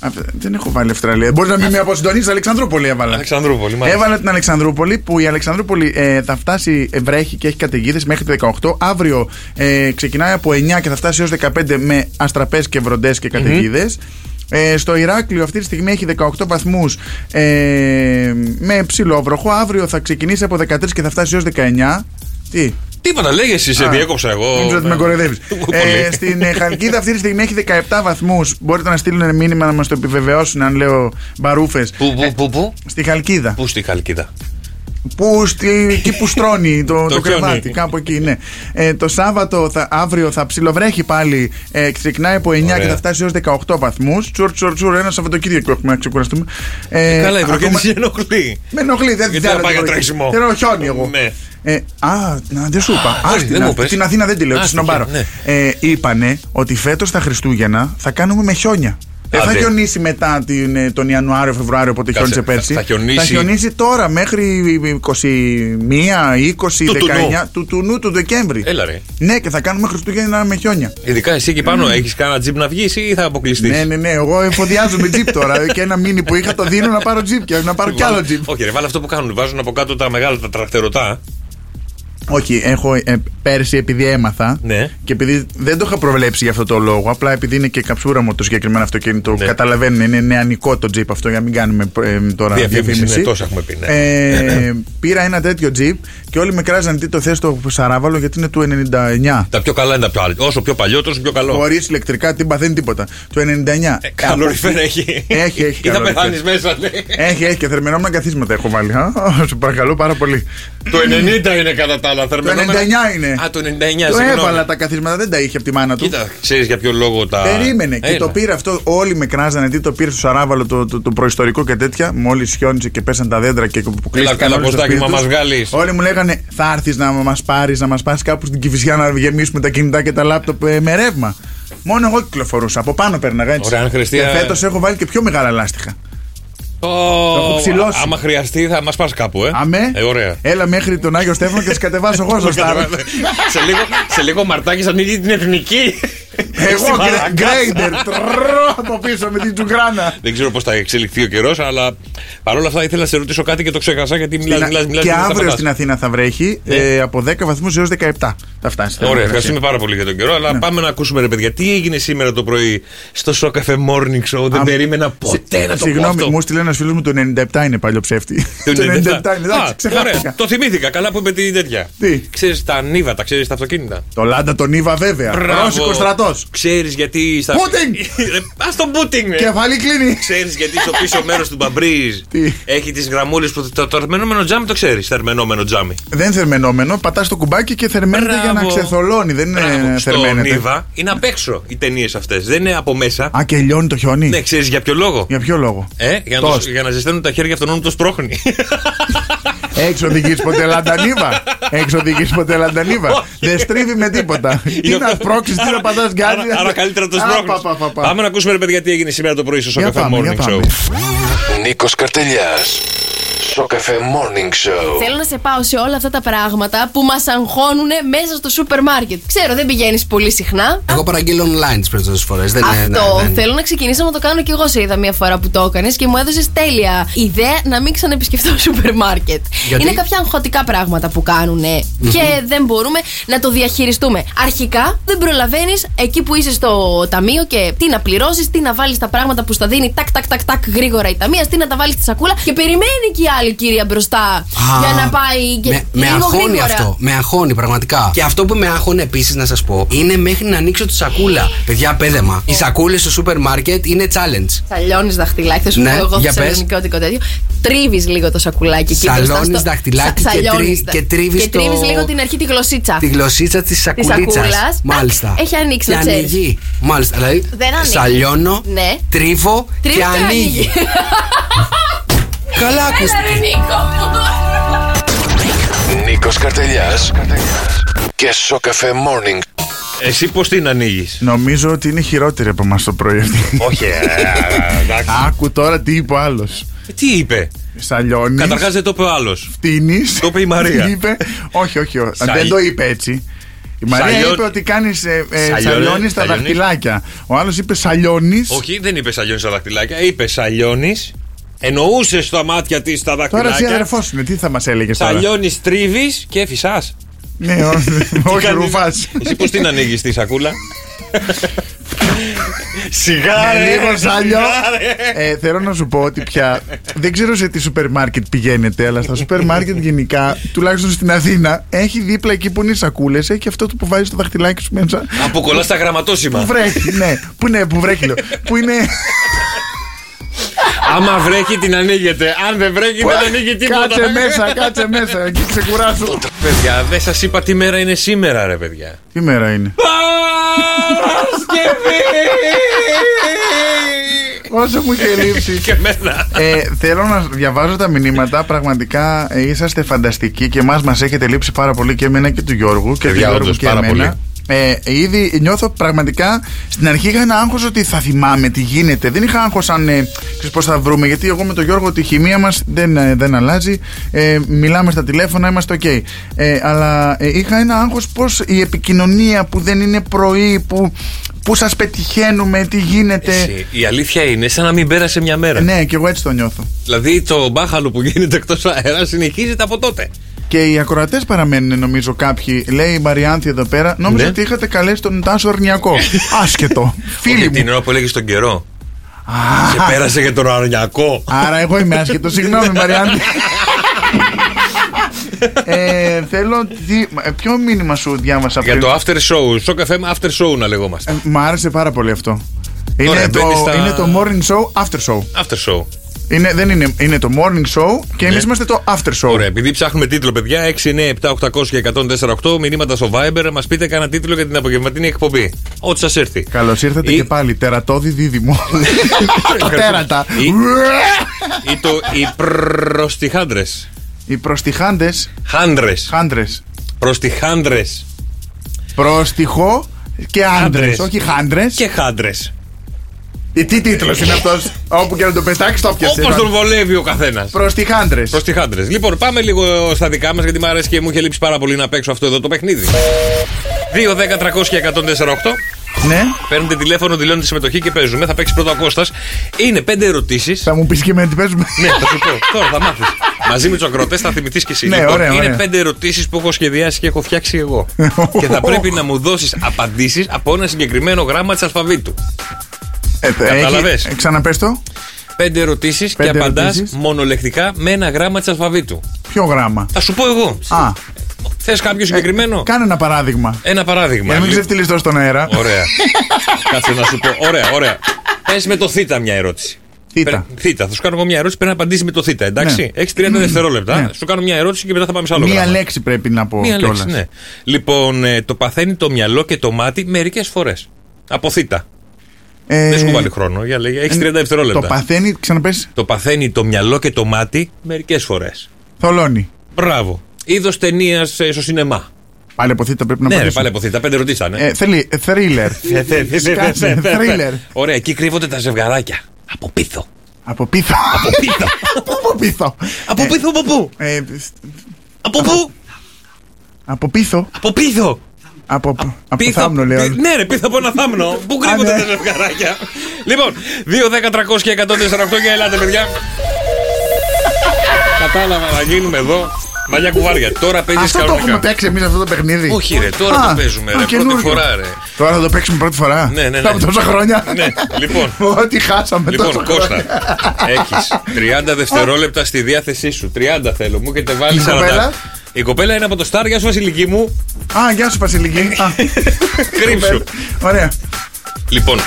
Speaker 9: Α, Δεν έχω βάλει Αυστραλία. Μπορείς να μην με αποσυντονίσεις, Αλεξανδρούπολη έβαλα.
Speaker 5: Αλεξανδρούπολη, μάλιστα.
Speaker 9: Έβαλα την Αλεξανδρούπολη που η Αλεξανδρούπολη ε, θα φτάσει, ε, βρέχει και έχει καταιγίδες μέχρι το 18. Αύριο ε, ξεκινάει από 9 και θα φτάσει έως 15 με αστραπές και βροντές και καταιγιδε Ε, στο Ηράκλειο αυτή τη στιγμή έχει 18 βαθμούς ε, με ψηλό βροχό. Αύριο θα ξεκινήσει από 13 και θα φτάσει έω 19. Τι,
Speaker 5: Τίποτα, λέγε εσύ, σε
Speaker 9: Α,
Speaker 5: διέκοψα εγώ.
Speaker 9: Νομίζω ότι με κοροϊδεύει.
Speaker 5: ναι. Πολύ.
Speaker 9: στην ε, Χαλκίδα αυτή τη στιγμή έχει 17 βαθμούς. Μπορείτε να στείλουν μήνυμα να μας το επιβεβαιώσουν αν λέω μπαρούφες.
Speaker 5: Πού, πού, πού, πού,
Speaker 9: Στη Χαλκίδα.
Speaker 5: πού στη Χαλκίδα.
Speaker 9: Που, στη, εκεί που στρώνει το, το,
Speaker 5: Το χιόνι.
Speaker 9: κρεβάτι, κάπου εκεί, ναι. Ε, το Σάββατο, θα, αύριο, θα ψιλοβρέχει πάλι. Ε, ξεκινάει από 9 και
Speaker 5: Ωραία.
Speaker 9: θα φτάσει έω 18 βαθμούς. Τσουρ, τσουρ, τσουρ, ένα Σαββατοκύριακο έχουμε να ξεκουραστούμε. Ε,
Speaker 5: Καλά, η
Speaker 9: ακόμα-
Speaker 5: βροχή ενοχλεί.
Speaker 9: με ενοχλεί, δεν
Speaker 5: Γιατί
Speaker 9: θέλω
Speaker 5: να πάει
Speaker 9: την
Speaker 5: για
Speaker 9: βροχή.
Speaker 5: τρέξιμο.
Speaker 9: Θέλω χιόνι εγώ.
Speaker 5: Ναι.
Speaker 9: Ε, α, να, δεν σου είπα.
Speaker 5: όχι,
Speaker 9: Ας την
Speaker 5: δεν
Speaker 9: Α,
Speaker 5: μου πες.
Speaker 9: Την Αθήνα δεν τη λέω,
Speaker 5: Α, ναι.
Speaker 9: τη
Speaker 5: στο
Speaker 9: συνομπάρω.
Speaker 5: χιόνι,
Speaker 9: Ε, είπανε ότι φέτος τα Χριστούγεννα θα κάνουμε με χιόνια. Δεν θα
Speaker 5: Άντε.
Speaker 9: χιονίσει μετά την, ε, τον Ιανουάριο, Φεβρουάριο, όποτε
Speaker 5: Κάτσε,
Speaker 9: χιόνισε
Speaker 5: θα-
Speaker 9: πέρσι.
Speaker 5: θα χιονίσει-
Speaker 9: τώρα μέχρι 21, 20,
Speaker 5: Του του νου.
Speaker 9: 19 του του νου του Δεκέμβρη.
Speaker 5: Έλα, ρε.
Speaker 9: Ναι, και θα κάνουμε Χριστούγεννα με χιόνια.
Speaker 5: Ειδικά εσύ εκεί πάνω έχεις κάνα τζιπ να βγεις ή θα αποκλειστείς.
Speaker 9: Ναι, ναι, ναι. Εγώ εφοδιάζομαι τζιπ τώρα. και ένα μήνυ που είχα το δίνω να πάρω τζιπ και να πάρω κι άλλο τζιπ.
Speaker 5: Όχι, ρε, βάλε αυτό που κάνουν. Βάζουν από κάτω τα μεγάλα τα τρακτερωτά.
Speaker 9: Όχι, έχω ε, πέρσι επειδή έμαθα
Speaker 5: Ναι.
Speaker 9: και επειδή δεν το είχα προβλέψει για αυτό το λόγο. Απλά επειδή είναι και καψούρα μου το συγκεκριμένο αυτοκίνητο,
Speaker 5: Ναι.
Speaker 9: καταλαβαίνουν, είναι νεανικό το τζιπ αυτό για να μην κάνουμε ε, τώρα
Speaker 5: Διαφήμιση,
Speaker 9: διαφήμιση.
Speaker 5: ναι, τόσα έχουμε πει, ναι.
Speaker 9: Ε, πήρα ένα τέτοιο τζιπ και όλοι με κράζαν τι το θες το σαράβαλο γιατί είναι του 99.
Speaker 5: Τα πιο καλά είναι τα πιο άλλα. Όσο πιο παλιό, τόσο πιο καλό.
Speaker 9: Χωρίς ηλεκτρικά τύπα δεν είναι τίποτα. Του 99.
Speaker 5: Ε, Καλοριφέρ έχει.
Speaker 9: Έχει, έχει
Speaker 5: Ή
Speaker 9: Ε.
Speaker 5: θα
Speaker 9: καλοριφέρ.
Speaker 5: πεθάνεις μέσα, λέει.
Speaker 9: Έχει, έχει και θερμινόμενα καθίσματα έχω βάλει. Α, σε παρακαλώ πάρα πολύ.
Speaker 5: Το 90 είναι κατά τα άλλα.
Speaker 9: Το 99 είναι.
Speaker 5: Α, το 99
Speaker 9: Το
Speaker 5: συγγνώμη.
Speaker 9: έβαλα τα καθίσματα, δεν τα είχε από τη μάνα του.
Speaker 5: Κοίτα, ξέρεις για ποιο λόγο τα.
Speaker 9: Περίμενε και
Speaker 5: Έλα.
Speaker 9: το πήρε αυτό. Όλοι με κράζανε τι το πήρε στο Σαράβαλο το, το, το προϊστορικό και τέτοια. Μόλις χιόνισε και πέσαν τα δέντρα και που κλείστηκαν
Speaker 5: καλά,
Speaker 9: όλοι στο
Speaker 5: Κωστάκη,
Speaker 9: σπίτι
Speaker 5: μα
Speaker 9: τους.
Speaker 5: μας βγάλεις.
Speaker 9: Όλοι μου λέγανε θα έρθεις να μας πάρεις, να μας πάρει κάπου στην Κυφυσιά να γεμίσουμε τα κινητά και τα λάπτοπ ε, με ρεύμα. Μόνο εγώ κυκλοφορούσα. Από πάνω πέρναγα έτσι.
Speaker 5: Ωραία, αν χρειαστεί,
Speaker 9: Και
Speaker 5: ε,
Speaker 9: φέτος έχω βάλει και πιο μεγάλα λάστιχα.
Speaker 5: Το
Speaker 9: έχω ψηλώσει.
Speaker 5: Άμα χρειαστεί, θα μας πας κάπου, ε.
Speaker 9: Αμέ. Ε,
Speaker 5: Ε, ωραία.
Speaker 9: Έλα μέχρι τον Άγιο Στέφανο και τις κατεβάσω εγώ στο Σταύρο.
Speaker 5: σε, λίγο, σε λίγο μαρτάκι ανοίγει την εθνική. Στη
Speaker 9: Εγώ
Speaker 5: μαλακά.
Speaker 9: γκρέιντερ. Τρρρρ, από πίσω με την τσουγκράνα.
Speaker 5: Δεν ξέρω πώς θα εξελιχθεί ο καιρός, αλλά παρόλα αυτά ήθελα να σε ρωτήσω κάτι και το ξέχασα γιατί μιλάς,
Speaker 9: Στην-
Speaker 5: μιλάς, μιλάς.
Speaker 9: και αύριο στην Αθήνα θα βρέχει
Speaker 5: Ναι.
Speaker 9: ε, από 10 βαθμούς έως 17 θα φτάσει.
Speaker 5: Ωραία,
Speaker 9: Θερμοκρασία.
Speaker 5: ευχαριστούμε πάρα πολύ για τον καιρό.
Speaker 9: Ναι.
Speaker 5: Αλλά πάμε να ακούσουμε, ρε παιδιά, τι έγινε σήμερα το πρωί στο Shock FM Morning Show. Δεν
Speaker 9: Α,
Speaker 5: περίμενα ποτέ να το πω
Speaker 9: Συγγνώμη,
Speaker 5: αυτό.
Speaker 9: μου στείλε ένας φίλος μου το 97 είναι παλιό ψεύτη.
Speaker 5: Το 97.
Speaker 9: είναι, εντάξει,
Speaker 5: Α, Ωραία,
Speaker 9: ξεχάστηκα.
Speaker 5: το θυμήθηκα. Καλά που είπε την τέτοια.
Speaker 9: Τι?
Speaker 5: Ξέρεις τα ανίβατα, ξέρεις τα αυτοκίνητα.
Speaker 9: Το Λάντα τον Ήβα βέβαια. Ρώσικο στρατό.
Speaker 5: Ξέρεις γιατί. Στα... Ε,
Speaker 9: Πούτιν!
Speaker 5: Ρε, Α τον Πούτιν, ρε.
Speaker 9: Κεφαλή κλείνει.
Speaker 5: Ξέρεις γιατί στο πίσω μέρος του μπαμπρίζ
Speaker 9: Τι?
Speaker 5: έχει τις γραμμούλες που. Το, το αρμενόμενο τζάμι το ξέρεις. Το αρμενόμενο τζάμι.
Speaker 9: Δεν θερμενόμενο, πατάς το κουμπάκι και θερμαίνεται για να
Speaker 5: Μπράβο.
Speaker 9: ξεθολώνει. Δεν
Speaker 5: Μπράβο,
Speaker 9: είναι
Speaker 5: στο
Speaker 9: θερμαίνεται.
Speaker 5: Νίβα είναι απ' έξω οι ταινίες αυτές. Δεν είναι από μέσα.
Speaker 9: Α, και λιώνει το χιόνι.
Speaker 5: Ναι, ξέρεις για ποιο λόγο.
Speaker 9: Για ποιο λόγο.
Speaker 5: Ε, για, να τους-
Speaker 9: Toast.
Speaker 5: για να ζεσταίνουν τα χέρια αυτόν όλων το σπρώχνει.
Speaker 9: Έχει οδηγήσει ποτέ λαντανίβα. Έχει οδηγήσει ποτέ λαντανίβα.
Speaker 5: Όχι.
Speaker 9: Δεν στρίβει με τίποτα. τι να σπρώξεις, τι να πατάς γκάζι.
Speaker 5: Άρα- Άρα καλύτερα το
Speaker 9: Α,
Speaker 5: σπρώχνει.
Speaker 9: πα, πα, πα, πα.
Speaker 5: Πάμε να ακούσουμε, ρε παιδιά, τι έγινε σήμερα το πρωί στο
Speaker 9: Για
Speaker 5: Σοκαφέ
Speaker 9: πάμε, για
Speaker 5: Morning Show.
Speaker 9: πάμε.
Speaker 3: Νίκος Καρτελιάς. Σοκαφέ Morning Show.
Speaker 7: Θέλω να σε πάω σε όλα αυτά τα πράγματα που μας αγχώνουν μέσα στο σούπερ μάρκετ. Ξέρω, δεν πηγαίνεις πολύ συχνά.
Speaker 10: Εγώ παραγγείλω online τις περισσότερες φορές. Δεν είναι-
Speaker 7: Αυτό
Speaker 10: ναι, δεν-
Speaker 7: θέλω να ξεκινήσω να το κάνω και εγώ. Σε είδα μία φορά που το έκανες και μου έδωσες τέλεια ιδέα να μην ξαναεπισκεφτώ σούπερ μάρκετ.
Speaker 10: Γιατί?
Speaker 7: Είναι κάποια αγχωτικά πράγματα που κάνουν και δεν μπορούμε να το διαχειριστούμε. Αρχικά δεν προλαβαίνεις εκεί που είσαι στο ταμείο και τι να πληρώσεις, τι να βάλεις τα πράγματα που στα δίνει τάκ, τάκ, τάκ, τάκ γρήγορα η ταμεία, τι να τα βάλεις στη σακούλα και περιμένει και η άλλη Βαλκύρια μπροστά
Speaker 10: Α,
Speaker 7: για να πάει και
Speaker 10: με, με
Speaker 7: λίγο
Speaker 10: αγχώνει
Speaker 7: γρήγορα.
Speaker 10: αυτό. Με αγχώνει πραγματικά. Και αυτό που με αγχώνει επίσης να σας πω είναι μέχρι να ανοίξω τη σακούλα. Παιδιά, πέδεμα. Οι σακούλες στο σούπερ μάρκετ είναι challenge.
Speaker 7: Θα λιώνεις δαχτυλάκι, θα σου
Speaker 10: Ναι,
Speaker 7: πω εγώ
Speaker 10: για πες.
Speaker 7: θεσσαλονικιώτικο τέτοιο. Τρίβεις λίγο το σακουλάκι εκεί μπροστά
Speaker 10: Σαλώνεις
Speaker 7: στο-
Speaker 10: δαχτυλάκι
Speaker 7: Σα-
Speaker 10: και τρι-
Speaker 7: σαλώνεις τα-
Speaker 10: και τρίβεις
Speaker 7: Και τρίβεις
Speaker 10: το-
Speaker 7: λίγο την αρχή τη γλωσσίτσα.
Speaker 10: Τη γλωσσίτσα της σακουλίτσας.
Speaker 7: σακούλας. Τακ,
Speaker 10: Μάλιστα.
Speaker 7: έχει ανοίξει,
Speaker 10: Και
Speaker 7: να ξέρεις.
Speaker 10: ανοίγει. Μάλιστα. Δηλαδή,
Speaker 7: Δεν ανοίγει.
Speaker 10: σαλιώνω,
Speaker 7: Ναι.
Speaker 10: τρίβω
Speaker 7: Τρίβεις
Speaker 10: και ανοίγει. Καλά
Speaker 7: Έλα ρε
Speaker 10: ακούστηκε.
Speaker 7: Νίκο.
Speaker 3: Νίκος Καρτελιάς και Σοκαφέ Morning
Speaker 5: Εσύ πώς την ανοίγεις.
Speaker 9: Νομίζω ότι είναι χειρότερη από εμάς το πρωί αυτή.
Speaker 5: Όχι, ε, ε, εντάξει.
Speaker 9: Άκου τώρα τι είπε ο άλλος.
Speaker 5: Τι είπε.
Speaker 9: Σαλιώνεις.
Speaker 5: Καταρχάς δεν το είπε ο άλλος.
Speaker 9: φτύνεις.
Speaker 5: Το είπε η Μαρία.
Speaker 9: είπε, όχι, όχι, όχι.
Speaker 5: Σα-
Speaker 9: Δεν το είπε έτσι. Η Μαρία
Speaker 5: Σαλιώ-
Speaker 9: είπε ότι κάνεις ε,
Speaker 5: Σαλιώνε-
Speaker 9: σαλιώνεις τα
Speaker 5: σαλιώνεις.
Speaker 9: δαχτυλάκια. Ο άλλος είπε σαλιώνεις.
Speaker 5: Όχι, δεν είπε σαλιώνεις τα δαχτυλάκια. Είπε σαλιώνεις. Εννοούσες στα μάτια της τα
Speaker 9: Τώρα εσύ
Speaker 5: δαχτυλάκια.
Speaker 9: αδερφός είναι, τι θα μας έλεγες τώρα.
Speaker 5: Σαλιώνει, τρίβεις και φυσάς.
Speaker 9: Ναι, όχι, όχι ρουφάς.
Speaker 5: Εσύ πώς την ανοίγεις τη σακούλα. Σιγά ρε,
Speaker 9: Λίγο σαλιό.
Speaker 5: σιγά, ρε.
Speaker 9: Ε, θέλω να σου πω ότι πια δεν ξέρω σε τι σούπερ μάρκετ πηγαίνετε, αλλά στα σούπερ μάρκετ γενικά, τουλάχιστον στην Αθήνα, έχει δίπλα εκεί που είναι οι σακούλες, έχει και αυτό το που βάζεις το δαχτυλάκι σου μέσα.
Speaker 5: Αποκολλάς τα
Speaker 9: Που
Speaker 5: γραμματόσημα.
Speaker 9: βρέχει, ναι. Που ναι, που βρέχει, λέω. Που είναι.
Speaker 5: Άμα βρέχει την ανοίγεται. Αν δεν βρέχει δεν ανοίγει τίποτα.
Speaker 9: Κάτσε μέσα, κάτσε μέσα. Εκεί ξεκουράσου.
Speaker 5: Παιδιά, δεν σας είπα τι μέρα είναι σήμερα, ρε παιδιά.
Speaker 9: Τι μέρα είναι.
Speaker 5: Παρασκευή!
Speaker 9: Όσο μου είχε λείψει.
Speaker 5: Και εμένα.
Speaker 9: Ε, θέλω να διαβάζω τα μηνύματα. Πραγματικά ε, είσαστε φανταστικοί και εμάς μας έχετε λείψει πάρα πολύ και εμένα και του Γιώργου. Και του
Speaker 5: Παιδιά,
Speaker 9: Γιώργου
Speaker 5: όντως,
Speaker 9: και
Speaker 5: πάρα
Speaker 9: εμένα. Ε, ήδη νιώθω πραγματικά στην αρχή είχα ένα άγχος ότι θα θυμάμαι τι γίνεται. Δεν είχα άγχος αν ε, ξέρεις πώς θα βρούμε. Γιατί εγώ με τον Γιώργο τη χημεία μας δεν, ε, δεν αλλάζει. Ε, μιλάμε στα τηλέφωνα, είμαστε οκ. Ε, αλλά ε, είχα ένα άγχος πώς η επικοινωνία που δεν είναι πρωί, που, που σας πετυχαίνουμε, τι γίνεται.
Speaker 5: Εσύ, Η αλήθεια είναι σαν να μην πέρασε μια μέρα.
Speaker 9: Ναι, και εγώ έτσι το νιώθω.
Speaker 5: Δηλαδή το μπάχαλο που γίνεται εκτός αέρας συνεχίζεται από τότε.
Speaker 9: Και οι ακροατές παραμένουν, νομίζω, κάποιοι. Λέει η Μαριάνθη εδώ πέρα, νόμιζα
Speaker 5: Ναι.
Speaker 9: ότι είχατε καλέσει τον Τάσο Αρνιακό. Άσχετο. Φίλοι
Speaker 5: Και την
Speaker 9: μου.
Speaker 5: ώρα που έλεγε τον καιρό. Σε πέρασε για τον αρνιακό.
Speaker 9: Άρα εγώ είμαι άσχετο. Συγγνώμη, Μαριάνθη. ε, θέλω. Τι, ε, ποιο μήνυμα σου διάβασα
Speaker 5: Για
Speaker 9: πριν.
Speaker 5: το after show. Στο καφέ με after show να λεγόμαστε.
Speaker 9: Ε, Μ' άρεσε πάρα πολύ αυτό. Είναι,
Speaker 5: Ωραία,
Speaker 9: το,
Speaker 5: μπαίνεις στα-
Speaker 9: είναι το morning show, after show.
Speaker 5: After show.
Speaker 9: Είναι, δεν είναι, είναι το morning show και εμείς είμαστε το after show.
Speaker 5: Ναι. Ωραία, επειδή ψάχνουμε τίτλο, παιδιά, 6, 9, 7, 800 και 148, μηνύματα στο Viber, μας πείτε κανένα τίτλο για την απογευματινή εκπομπή. Ό,τι σας έρθει.
Speaker 9: Καλώς ήρθατε
Speaker 5: Ή-
Speaker 9: και πάλι. Τερατώδη δίδυμο. Τέρατα.
Speaker 5: Ή- Ή το οι προστιχάντρες.
Speaker 9: Οι προστιχάντες
Speaker 5: Χάντρες.
Speaker 9: Χάντρες.
Speaker 5: Προστιχάντρες.
Speaker 9: Πρόστιχο και άντρες.
Speaker 5: Άντρες.
Speaker 9: Όχι χάντρες.
Speaker 5: Και χάντρες.
Speaker 9: Τι τίτλος είναι αυτός. Όπου και να το πετάξει, το ε, πιασε.
Speaker 5: Όπως τον βολεύει ο καθένας.
Speaker 9: Προστιχάντρε.
Speaker 5: Προς τη χάντρες. Λοιπόν, πάμε λίγο στα δικά μας γιατί μου αρέσει και μου είχε λείψει πάρα πολύ να παίξω αυτό εδώ το παιχνίδι. 2, 10, 300 και 148.
Speaker 9: Ναι.
Speaker 5: Παίρνετε τηλέφωνο, δηλώνετε συμμετοχή και παίζουμε. Θα παίξει πρώτα ο Κώστας. Είναι 5 ερωτήσεις.
Speaker 9: Θα μου πεις και με τι παίζουμε.
Speaker 5: ναι, θα σου πω. Τώρα θα μάθεις. Μαζί με τους ακροτέ θα θυμηθείς και εσύ.
Speaker 9: Ναι,
Speaker 5: λοιπόν,
Speaker 9: ωραία,
Speaker 5: είναι
Speaker 9: ωραία.
Speaker 5: πέντε ερωτήσεις που έχω σχεδιάσει και έχω φτιάξει εγώ. και θα πρέπει να μου δώσεις απαντήσεις από ένα συγκεκριμένο γραμμα της αλφαβήτου.
Speaker 9: Ε, τε- έχει-
Speaker 5: Καταλαβες.
Speaker 9: ε, Ξαναπες το.
Speaker 5: Πέντε ερωτήσεις και
Speaker 9: Πέντε
Speaker 5: απαντάς
Speaker 9: ερωτήσεις.
Speaker 5: μονολεκτικά με ένα γράμμα της αλφαβήτου.
Speaker 9: Ποιο γραμμα.
Speaker 5: Θα σου πω εγώ.
Speaker 9: Α, Ε,
Speaker 5: Θες κάποιο συγκεκριμένο.
Speaker 9: κάνε ένα παράδειγμα.
Speaker 5: Ένα παράδειγμα.
Speaker 9: Για να μην
Speaker 5: Λοιπόν,
Speaker 9: ξεφτυλιστώ στον αέρα.
Speaker 5: Ε, Ωραία. Κάτσε να σου πω. Ωραία, ωραία. Πες με το θήτα μια ερώτηση.
Speaker 9: Θήτα.
Speaker 5: Πε- θήτα. Θα σου κάνω εγώ μια ερώτηση. Πρέπει να απαντήσεις με το θήτα, εντάξει.
Speaker 9: Ναι.
Speaker 5: Έχεις 30 δευτερόλεπτα.
Speaker 9: Ναι.
Speaker 5: Σου κάνω μια ερώτηση και μετά θα πάμε σε άλλο.
Speaker 9: Μία
Speaker 5: γράμμα.
Speaker 9: λέξη πρέπει να πω
Speaker 5: Μία λέξη,
Speaker 9: κιόλα.
Speaker 5: ναι. Λοιπόν, ε, το παθαίνει το μυαλό και το μάτι μερικές φορές. Από θήτα. Δεν σου έχω βάλει χρόνο. Για λέγε. Έχει 30
Speaker 9: Ε, Το
Speaker 5: δευτερόλεπτα.
Speaker 9: παθαίνει, ξαναπες,
Speaker 5: Το παθαίνει το μυαλό και το μάτι μερικές φορές.
Speaker 9: θολώνει.
Speaker 5: Μπράβο. Είδος ταινίας στο σινεμά.
Speaker 9: Πάλι από θήτα πρέπει να
Speaker 5: Ναι, ρε,
Speaker 9: απαντήσω.
Speaker 5: πάλι από θήτα. Πέντε ερωτήσει ήταν. ε.
Speaker 9: Ε, Θέλει ε, thriller.
Speaker 5: Ναι,
Speaker 9: Σκάσε, thriller.
Speaker 5: Ωραία, εκεί κρύβονται τα ζευγαράκια. Από πίθο.
Speaker 9: Από πίθο.
Speaker 5: πίθο.
Speaker 9: Πού από πίθο.
Speaker 5: Από πίθο, από πού.
Speaker 9: Ε,
Speaker 5: Από πού.
Speaker 9: Από πίθο.
Speaker 5: Από πίθο.
Speaker 9: Από, από θάμνο, λέω.
Speaker 5: Πι- Ναι, ρε, πίθο από ένα θάμνο. Πού κρύβονται
Speaker 9: Α, ναι.
Speaker 5: τα ζευγαράκια. Λοιπόν, 2, 10, 300 και 148 και ελάτε, παιδιά. Κατάλαβα να γίνουμε εδώ. Μαλλιά κουβάρια. Τώρα παίζεις
Speaker 9: Αυτό το
Speaker 5: κανονικά.
Speaker 9: έχουμε παίξει εμείς αυτό το παιχνίδι.
Speaker 5: Όχι, ρε, τώρα
Speaker 9: Α,
Speaker 5: το παίζουμε.
Speaker 9: α,
Speaker 5: Ρε, πρώτη
Speaker 9: καινούριο.
Speaker 5: φορά, ρε.
Speaker 9: Τώρα θα το παίξουμε πρώτη φορά.
Speaker 5: Ναι, ναι, ναι.
Speaker 9: Από τόσα χρόνια.
Speaker 5: Ναι, λοιπόν.
Speaker 9: Ό,τι χάσαμε τόσα
Speaker 5: Λοιπόν, Κώστα,
Speaker 9: χρόνια.
Speaker 5: έχεις 30 δευτερόλεπτα στη διάθεσή σου. 30 θέλω μου και βάλει
Speaker 9: Η
Speaker 5: 40.
Speaker 9: κοπέλα?
Speaker 5: Η κοπέλα είναι από το Στάρ, γεια σου Βασιλική μου.
Speaker 9: Α, γεια σου Βασιλική. Α,
Speaker 5: Κρύψου.
Speaker 9: Ωραία.
Speaker 5: Λοιπόν,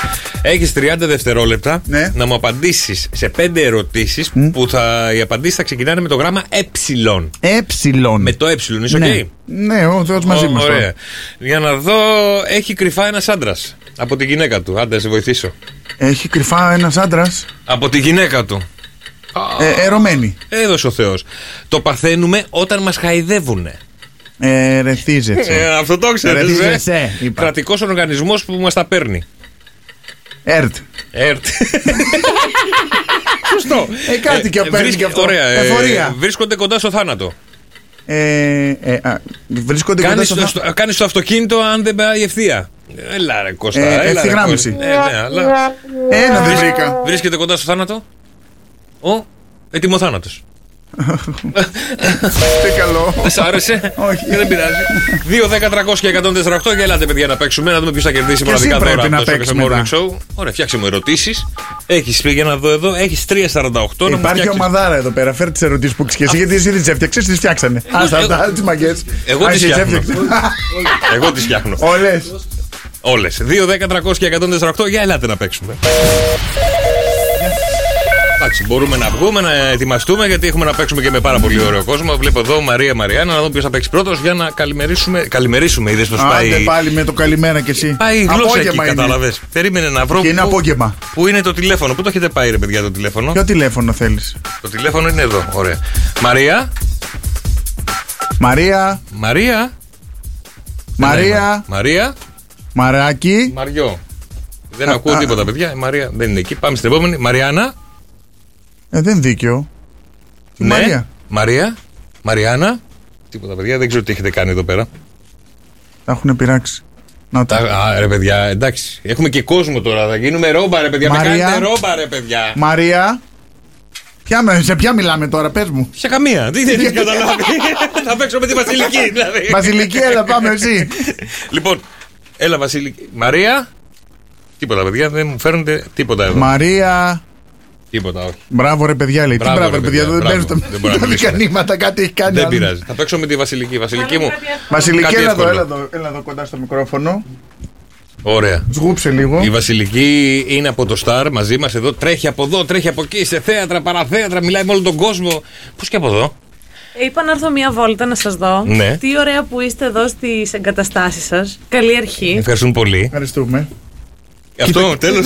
Speaker 5: έχει 30 δευτερόλεπτα
Speaker 9: Ναι.
Speaker 5: να μου απαντήσεις σε 5 ερωτήσει που θα, οι απαντήσεις θα ξεκινάνε με το γράμμα ε.
Speaker 9: Έψιλον.
Speaker 5: Με το ε, είσαι οκ.
Speaker 9: Ναι, ναι ο Θεός μαζί
Speaker 5: Ω,
Speaker 9: μα.
Speaker 5: Ωραία. Για να δω, έχει κρυφά ένας άντρας από τη γυναίκα του. Άντε, να σε βοηθήσω.
Speaker 9: Έχει κρυφά ένας άντρας.
Speaker 5: Από τη γυναίκα του.
Speaker 9: Ε, ερωμένη.
Speaker 5: Έδωσε ο Θεός. Το παθαίνουμε όταν μας χαϊδεύουνε.
Speaker 9: Ε, ρεθίζεσαι.
Speaker 5: Ε, αυτό το ξέρεις.
Speaker 9: Ρεθίζεσαι, ε, είπα.
Speaker 5: Κρατικός οργανισμός που μας τα παίρνει. Ε,
Speaker 9: Ερτ.
Speaker 5: ΕΡΤ. Σωστό.
Speaker 9: Ε, κάτι και παίρνει
Speaker 5: βρίσκε-
Speaker 9: και αυτό.
Speaker 5: Ωραία. ε,
Speaker 9: Εφορία.
Speaker 5: βρίσκονται κοντά στο θάνατο.
Speaker 9: Ε, ε, α, βρίσκονται κοντά
Speaker 5: Κάνεις
Speaker 9: στο
Speaker 5: το,
Speaker 9: θά-
Speaker 5: στο- κάνεις το αυτοκίνητο αν δεν πάει ευθεία. Έλα ρε Κώστα.
Speaker 9: Ε,
Speaker 5: έλα, ρε,
Speaker 9: ευθυγράμμιση.
Speaker 5: Κώστα. Ε, ναι, αλλά
Speaker 9: Ένα δεν βρήκα.
Speaker 5: βρίσκεται κοντά στο θάνατο. Ο ετοιμοθάνατος.
Speaker 9: Τι καλό.
Speaker 5: Σ' άρεσε.
Speaker 9: Όχι.
Speaker 5: Δεν πειράζει. 2, 10, 300 και 148. Για ελάτε, παιδιά, να παίξουμε. Να δούμε ποιος θα κερδίσει
Speaker 9: εσύ
Speaker 5: μοναδικά
Speaker 9: πρέπει
Speaker 5: τώρα
Speaker 9: να
Speaker 5: από το Shock
Speaker 9: παίξεις
Speaker 5: FM Morning
Speaker 9: μετά.
Speaker 5: Show. Ωραία, φτιάξε μου ερωτήσεις. Έχεις πει για να δω εδώ. Έχεις 3,48. να μου
Speaker 9: Υπάρχει
Speaker 5: φτιάξεις-
Speaker 9: ομαδάρα εδώ πέρα. Φέρ τις ερωτήσεις που έχεις και εσύ, γιατί εσύ δεν τις έφτιαξες, τις φτιάξανε. Άστα
Speaker 5: εγώ-
Speaker 9: αυτά, τι μαγκέ.
Speaker 5: Εγώ τις φτιάχνω. Εγώ τις φτιάχνω.
Speaker 9: Όλες.
Speaker 5: Όλες. 2, 10, 300 και 148. Για ελάτε να παίξουμε. Εντάξει, μπορούμε να βγούμε, να ετοιμαστούμε γιατί έχουμε να παίξουμε και με πάρα πολύ ωραίο κόσμο. Βλέπω εδώ Μαρία Μαριάννα να δούμε ποιος θα παίξει πρώτος για να καλημερίσουμε. Καλημερίσουμε, είδες πώ
Speaker 9: Άντε
Speaker 5: πάει.
Speaker 9: πάλι με το καλημέρα κι εσύ.
Speaker 5: Πάει η γλώσσα εκεί,
Speaker 9: Απόγευμα είναι.
Speaker 5: κατάλαβες. Περίμενε να βρω.
Speaker 9: Και είναι
Speaker 5: πού-
Speaker 9: απόγευμα.
Speaker 5: Πού είναι το τηλέφωνο, πού το έχετε πάει, ρε παιδιά, το τηλέφωνο.
Speaker 9: Ποιο τηλέφωνο θέλεις.
Speaker 5: Το τηλέφωνο είναι εδώ, ωραία. Μαρία,
Speaker 9: Μαρία,
Speaker 5: Μαρία. Ναι,
Speaker 9: Μαρία,
Speaker 5: Μαρία.
Speaker 9: Μαράκι.
Speaker 5: Μαριό. Δεν
Speaker 9: Α,
Speaker 5: ακούω
Speaker 9: α,
Speaker 5: τίποτα, παιδιά. Η Μαρία δεν είναι εκεί. Πάμε στην επόμενη. Μαριάννα.
Speaker 9: Ε, δεν δίκαιο. Η
Speaker 5: Ναι.
Speaker 9: Μαρία.
Speaker 5: Μαρία. Μαριάννα. Τίποτα, παιδιά. Δεν ξέρω τι έχετε κάνει εδώ πέρα.
Speaker 9: Τα έχουν πειράξει. Να
Speaker 5: Τα...
Speaker 9: τα.
Speaker 5: Α, ρε, παιδιά, εντάξει. Έχουμε και κόσμο τώρα. Θα γίνουμε ρόμπα, ρε, παιδιά. Με
Speaker 9: Μαρία.
Speaker 5: κάνετε ρόμπα, ρε, παιδιά.
Speaker 9: Μαρία. Ποια, σε ποια μιλάμε τώρα, πες μου.
Speaker 5: Σε καμία. Τι δεν έχεις καταλάβει. Θα παίξω με τη Βασιλική, δηλαδή.
Speaker 9: Βασιλική, έλα πάμε εσύ.
Speaker 5: Λοιπόν, έλα, Βασιλική. Μαρία. Τίποτα, παιδιά. Δεν μου φέρνετε τίποτα εδώ.
Speaker 9: Μαρία.
Speaker 5: Τίποτα, όχι.
Speaker 9: Μπράβο ρε παιδιά, λέει. Τι
Speaker 5: Μπράβο,
Speaker 9: μπράβο ρε
Speaker 5: ρε,
Speaker 9: παιδιά, εδώ δεν
Speaker 5: μπράβο.
Speaker 9: παίζουν
Speaker 5: Δεν μπορεί να
Speaker 9: τα- τα
Speaker 5: μιλήσουμε.
Speaker 9: μηχανήματα, κάτι έχει κάνει.
Speaker 5: Δεν
Speaker 9: άλλο.
Speaker 5: πειράζει. Θα παίξω με τη Βασιλική. Βασιλική μου.
Speaker 9: Βασιλική,
Speaker 5: Κάτι
Speaker 9: έλα εδώ,
Speaker 5: εύκολο.
Speaker 9: έλα εδώ, έλα εδώ κοντά στο μικρόφωνο.
Speaker 5: Ωραία.
Speaker 9: Σγούψε λίγο.
Speaker 5: Η Βασιλική είναι από το Σταρ μαζί μας εδώ. Τρέχει από εδώ, τρέχει από εκεί, σε θέατρα, παραθέατρα, μιλάει με όλο τον κόσμο. Πώς και από εδώ.
Speaker 11: Είπα να έρθω μία βόλτα να σας δω.
Speaker 5: Ναι.
Speaker 11: Τι ωραία που είστε εδώ στις εγκαταστάσεις σας. Καλή αρχή.
Speaker 5: Ευχαριστούμε πολύ.
Speaker 9: Ευχαριστούμε.
Speaker 5: Αυτό, τέλο.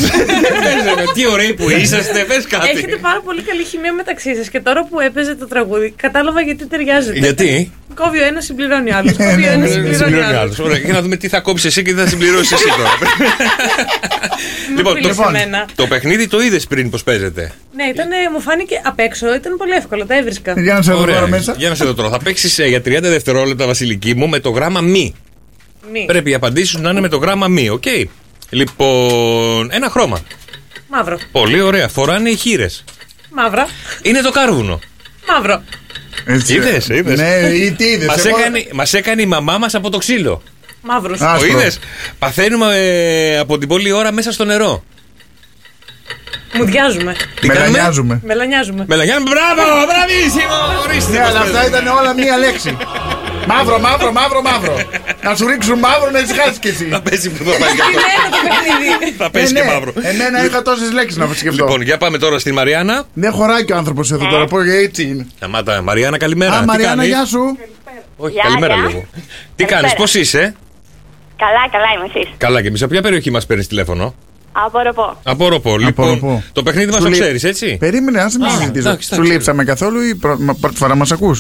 Speaker 5: Τι ωραίοι που είσαστε, πες κάτι.
Speaker 11: Έχετε πάρα πολύ καλή χημεία μεταξύ σας και τώρα που έπαιζε το τραγούδι, κατάλαβα γιατί ταιριάζετε.
Speaker 5: Γιατί? ναι,
Speaker 11: Κόβει ο ένας, συμπληρώνει ο άλλος. Κόβει ο ένα, συμπληρώνει ο άλλο.
Speaker 5: Ωραία, για να δούμε τι θα κόψεις εσύ και τι θα συμπληρώσεις εσύ τώρα.
Speaker 11: Λοιπόν,
Speaker 5: λοιπόν,
Speaker 11: εμένα.
Speaker 5: Το παιχνίδι το είδες πριν πώ παίζεται.
Speaker 11: Ναι, ήταν, ε, μου φάνηκε απ' έξω, ήταν πολύ εύκολο, τα έβρισκα.
Speaker 9: Για να σε δω τώρα
Speaker 5: Ωραία.
Speaker 9: μέσα.
Speaker 5: Για να σε δω τώρα. Θα παίξεις για 30 δευτερόλεπτα, Βασιλική μου, με το γράμμα μη.
Speaker 11: Μη.
Speaker 5: Πρέπει οι απαντήσεις σου να είναι με το γράμμα μη, οκ. Λοιπόν, ένα χρώμα.
Speaker 11: Μαύρο.
Speaker 5: Πολύ ωραία. Φοράνε οι χείρες.
Speaker 11: Μαύρα.
Speaker 5: Είναι το κάρβουνο.
Speaker 11: Μαύρο.
Speaker 9: Έτσι.
Speaker 5: Είδες, είδες.
Speaker 9: Ναι, ή τι είδες.
Speaker 5: Μας έκανε, μας έκανε η μαμά μας από το ξύλο.
Speaker 11: Μαύρο.
Speaker 9: Α.
Speaker 5: Το
Speaker 9: Άσπρο.
Speaker 5: είδες. Παθαίνουμε ε, από την πολλή ώρα μέσα στο νερό.
Speaker 11: Μουδιάζουμε.
Speaker 5: Τι κάνουμε?
Speaker 9: Μελανιάζουμε.
Speaker 11: Μελανιάζουμε.
Speaker 5: Μελαγιάν, μπράβο, μπράβissimo.
Speaker 9: Ναι,
Speaker 5: Ορίστε.
Speaker 9: αλλά αυτά ήταν όλα μία λέξη. Μαύρο, μαύρο, μαύρο, μαύρο. Να σου ρίξουν μαύρο να ησυχάσεις κι εσύ.
Speaker 5: Θα πέσει που θα πάει και αυτό.
Speaker 11: Ένα το παιχνίδι.
Speaker 5: Θα
Speaker 9: Ε,
Speaker 5: πέσει και
Speaker 9: ναι.
Speaker 5: μαύρο.
Speaker 9: Εμένα είχα τόσες λέξεις να σκεφτώ.
Speaker 5: Λοιπόν, για πάμε τώρα στη Μαριάννα.
Speaker 9: Δεν Ναι, χωράει και ο άνθρωπος εδώ τώρα, πω ε, έτσι είναι.
Speaker 5: Σταμάτα, Μαριάννα, καλημέρα.
Speaker 9: Α,
Speaker 5: Τι
Speaker 9: Μαριάννα,
Speaker 5: κάνεις?
Speaker 9: γεια σου.
Speaker 5: Όχι,
Speaker 12: Γεια,
Speaker 5: καλημέρα
Speaker 12: γεια.
Speaker 5: λίγο. Τι κάνεις, πώς είσαι.
Speaker 12: Καλά, καλά είμαι εσείς.
Speaker 5: Καλά και εμείς. Από ποια περιοχή μας παίρνεις τηλέφωνο.
Speaker 12: Απορροπώ.
Speaker 5: Από Ροπό. Λοιπόν,
Speaker 9: Ροπό.
Speaker 5: το παιχνίδι μας
Speaker 9: Σου
Speaker 5: το
Speaker 9: λεί-
Speaker 5: ξέρεις, έτσι.
Speaker 9: Περίμενε, άσε με
Speaker 5: Α,
Speaker 9: συζητήσω.
Speaker 5: εντάξει,
Speaker 9: Σου
Speaker 5: εντάξει.
Speaker 9: λείψαμε καθόλου ή πρω- μα- πρώτη φορά μας ακούς.
Speaker 12: Ε,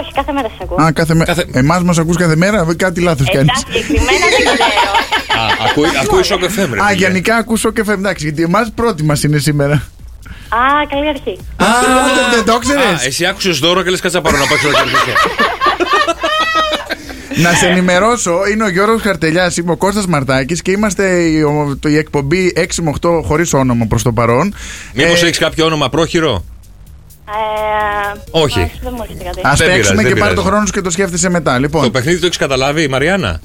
Speaker 12: όχι, κάθε μέρα σας ακούω.
Speaker 9: Α, κάθε μέρα.
Speaker 5: Κάθε-
Speaker 9: Εμάς μας ακούς κάθε μέρα, ε, κάτι λάθος κάνεις.
Speaker 12: Εντάξει, συγκεκριμένα δεν ξέρω.
Speaker 5: Α, ακούει- ακούει σοκ FM, ρε
Speaker 9: Α,
Speaker 5: φίλε.
Speaker 9: γενικά ακούσω και φε- εντάξει, γιατί εμάς πρώτη μας είναι σήμερα.
Speaker 12: Α, καλή αρχή.
Speaker 9: Δεν- Δεν το
Speaker 5: Α, ε.
Speaker 9: ξέρει.
Speaker 5: εσύ άκουσες δώρο και λες κάτσα πάρω να παίξω να κερδίσω.
Speaker 9: Να σε ενημερώσω, είναι ο Γιώργος Χαρτελιάς, είμαι ο Κώστας Μαρτάκης και είμαστε η, ο- το- η εκπομπή 6 με 8 χωρίς όνομα προς το παρόν.
Speaker 5: Μήπως
Speaker 9: Ε,
Speaker 5: έχεις κάποιο όνομα πρόχειρο.
Speaker 12: Α, Ε,
Speaker 5: Όχι.
Speaker 12: όχι, Δεν μου έρχεται κάτι.
Speaker 5: Δεν
Speaker 9: Α
Speaker 5: πειράζει,
Speaker 9: παίξουμε
Speaker 5: δεν
Speaker 9: και πάρε το
Speaker 5: πειράζει.
Speaker 9: χρόνο σου και το σκέφτεσαι μετά. Λοιπόν,
Speaker 5: Το παιχνίδι το έχεις καταλάβει η Μαριάννα.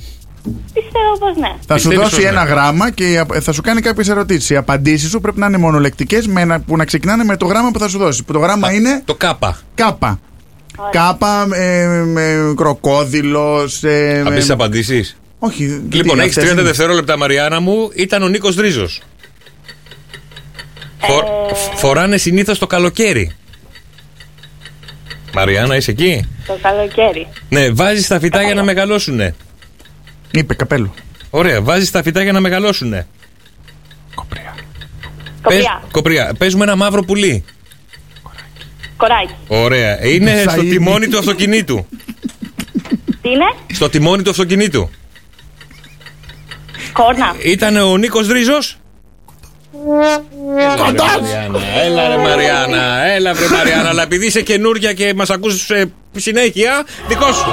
Speaker 12: Πιστεύω πως ναι.
Speaker 9: θα σου
Speaker 5: Πιστεύεις
Speaker 9: δώσει
Speaker 5: ότι
Speaker 9: ένα
Speaker 5: ναι.
Speaker 9: γράμμα και η απ- ε, θα σου κάνει κάποιες ερωτήσεις. Οι απαντήσεις σου πρέπει να είναι μονολεκτικές που να ξεκινάνε με το γράμμα που θα σου δώσει. Που το γράμμα είναι
Speaker 5: Το κάπα.
Speaker 9: κάπα. Κάπα, ε, ε, κροκόδιλο. Ε,
Speaker 5: Θα
Speaker 9: ε,
Speaker 5: πει τις απαντήσεις.
Speaker 9: όχι,
Speaker 5: Λοιπόν,
Speaker 9: τι,
Speaker 5: έχεις 30
Speaker 9: αυτές είναι.
Speaker 5: δευτερόλεπτα, Μαριάννα μου. Ήταν ο Νίκος Ρίζος. Φοράνε συνήθως το καλοκαίρι. Μαριάννα, είσαι εκεί.
Speaker 12: Το
Speaker 9: Ε.
Speaker 12: καλοκαίρι.
Speaker 5: Ναι, βάζεις τα φυτά για να μεγαλώσουνε.
Speaker 9: Είπε καπέλο.
Speaker 5: Ωραία, βάζεις τα φυτά για να μεγαλώσουνε.
Speaker 12: Κοπιά.
Speaker 5: Πες- κοπριά. Παίζουμε ένα μαύρο πουλί.
Speaker 12: Κοράκι.
Speaker 5: Ωραία. Είναι
Speaker 9: Θα
Speaker 5: στο
Speaker 9: είναι.
Speaker 5: τιμόνι του αυτοκινήτου.
Speaker 12: Τι είναι?
Speaker 5: Στο τιμόνι του αυτοκινήτου.
Speaker 12: Κόρνα.
Speaker 5: Ήταν ο Νίκος Ρίζος. Έλα ρε Μαριάννα, έλα βρε Μαριάννα, αλλά επειδή είσαι καινούρια και μας ακούς ε, συνέχεια, δικός σου.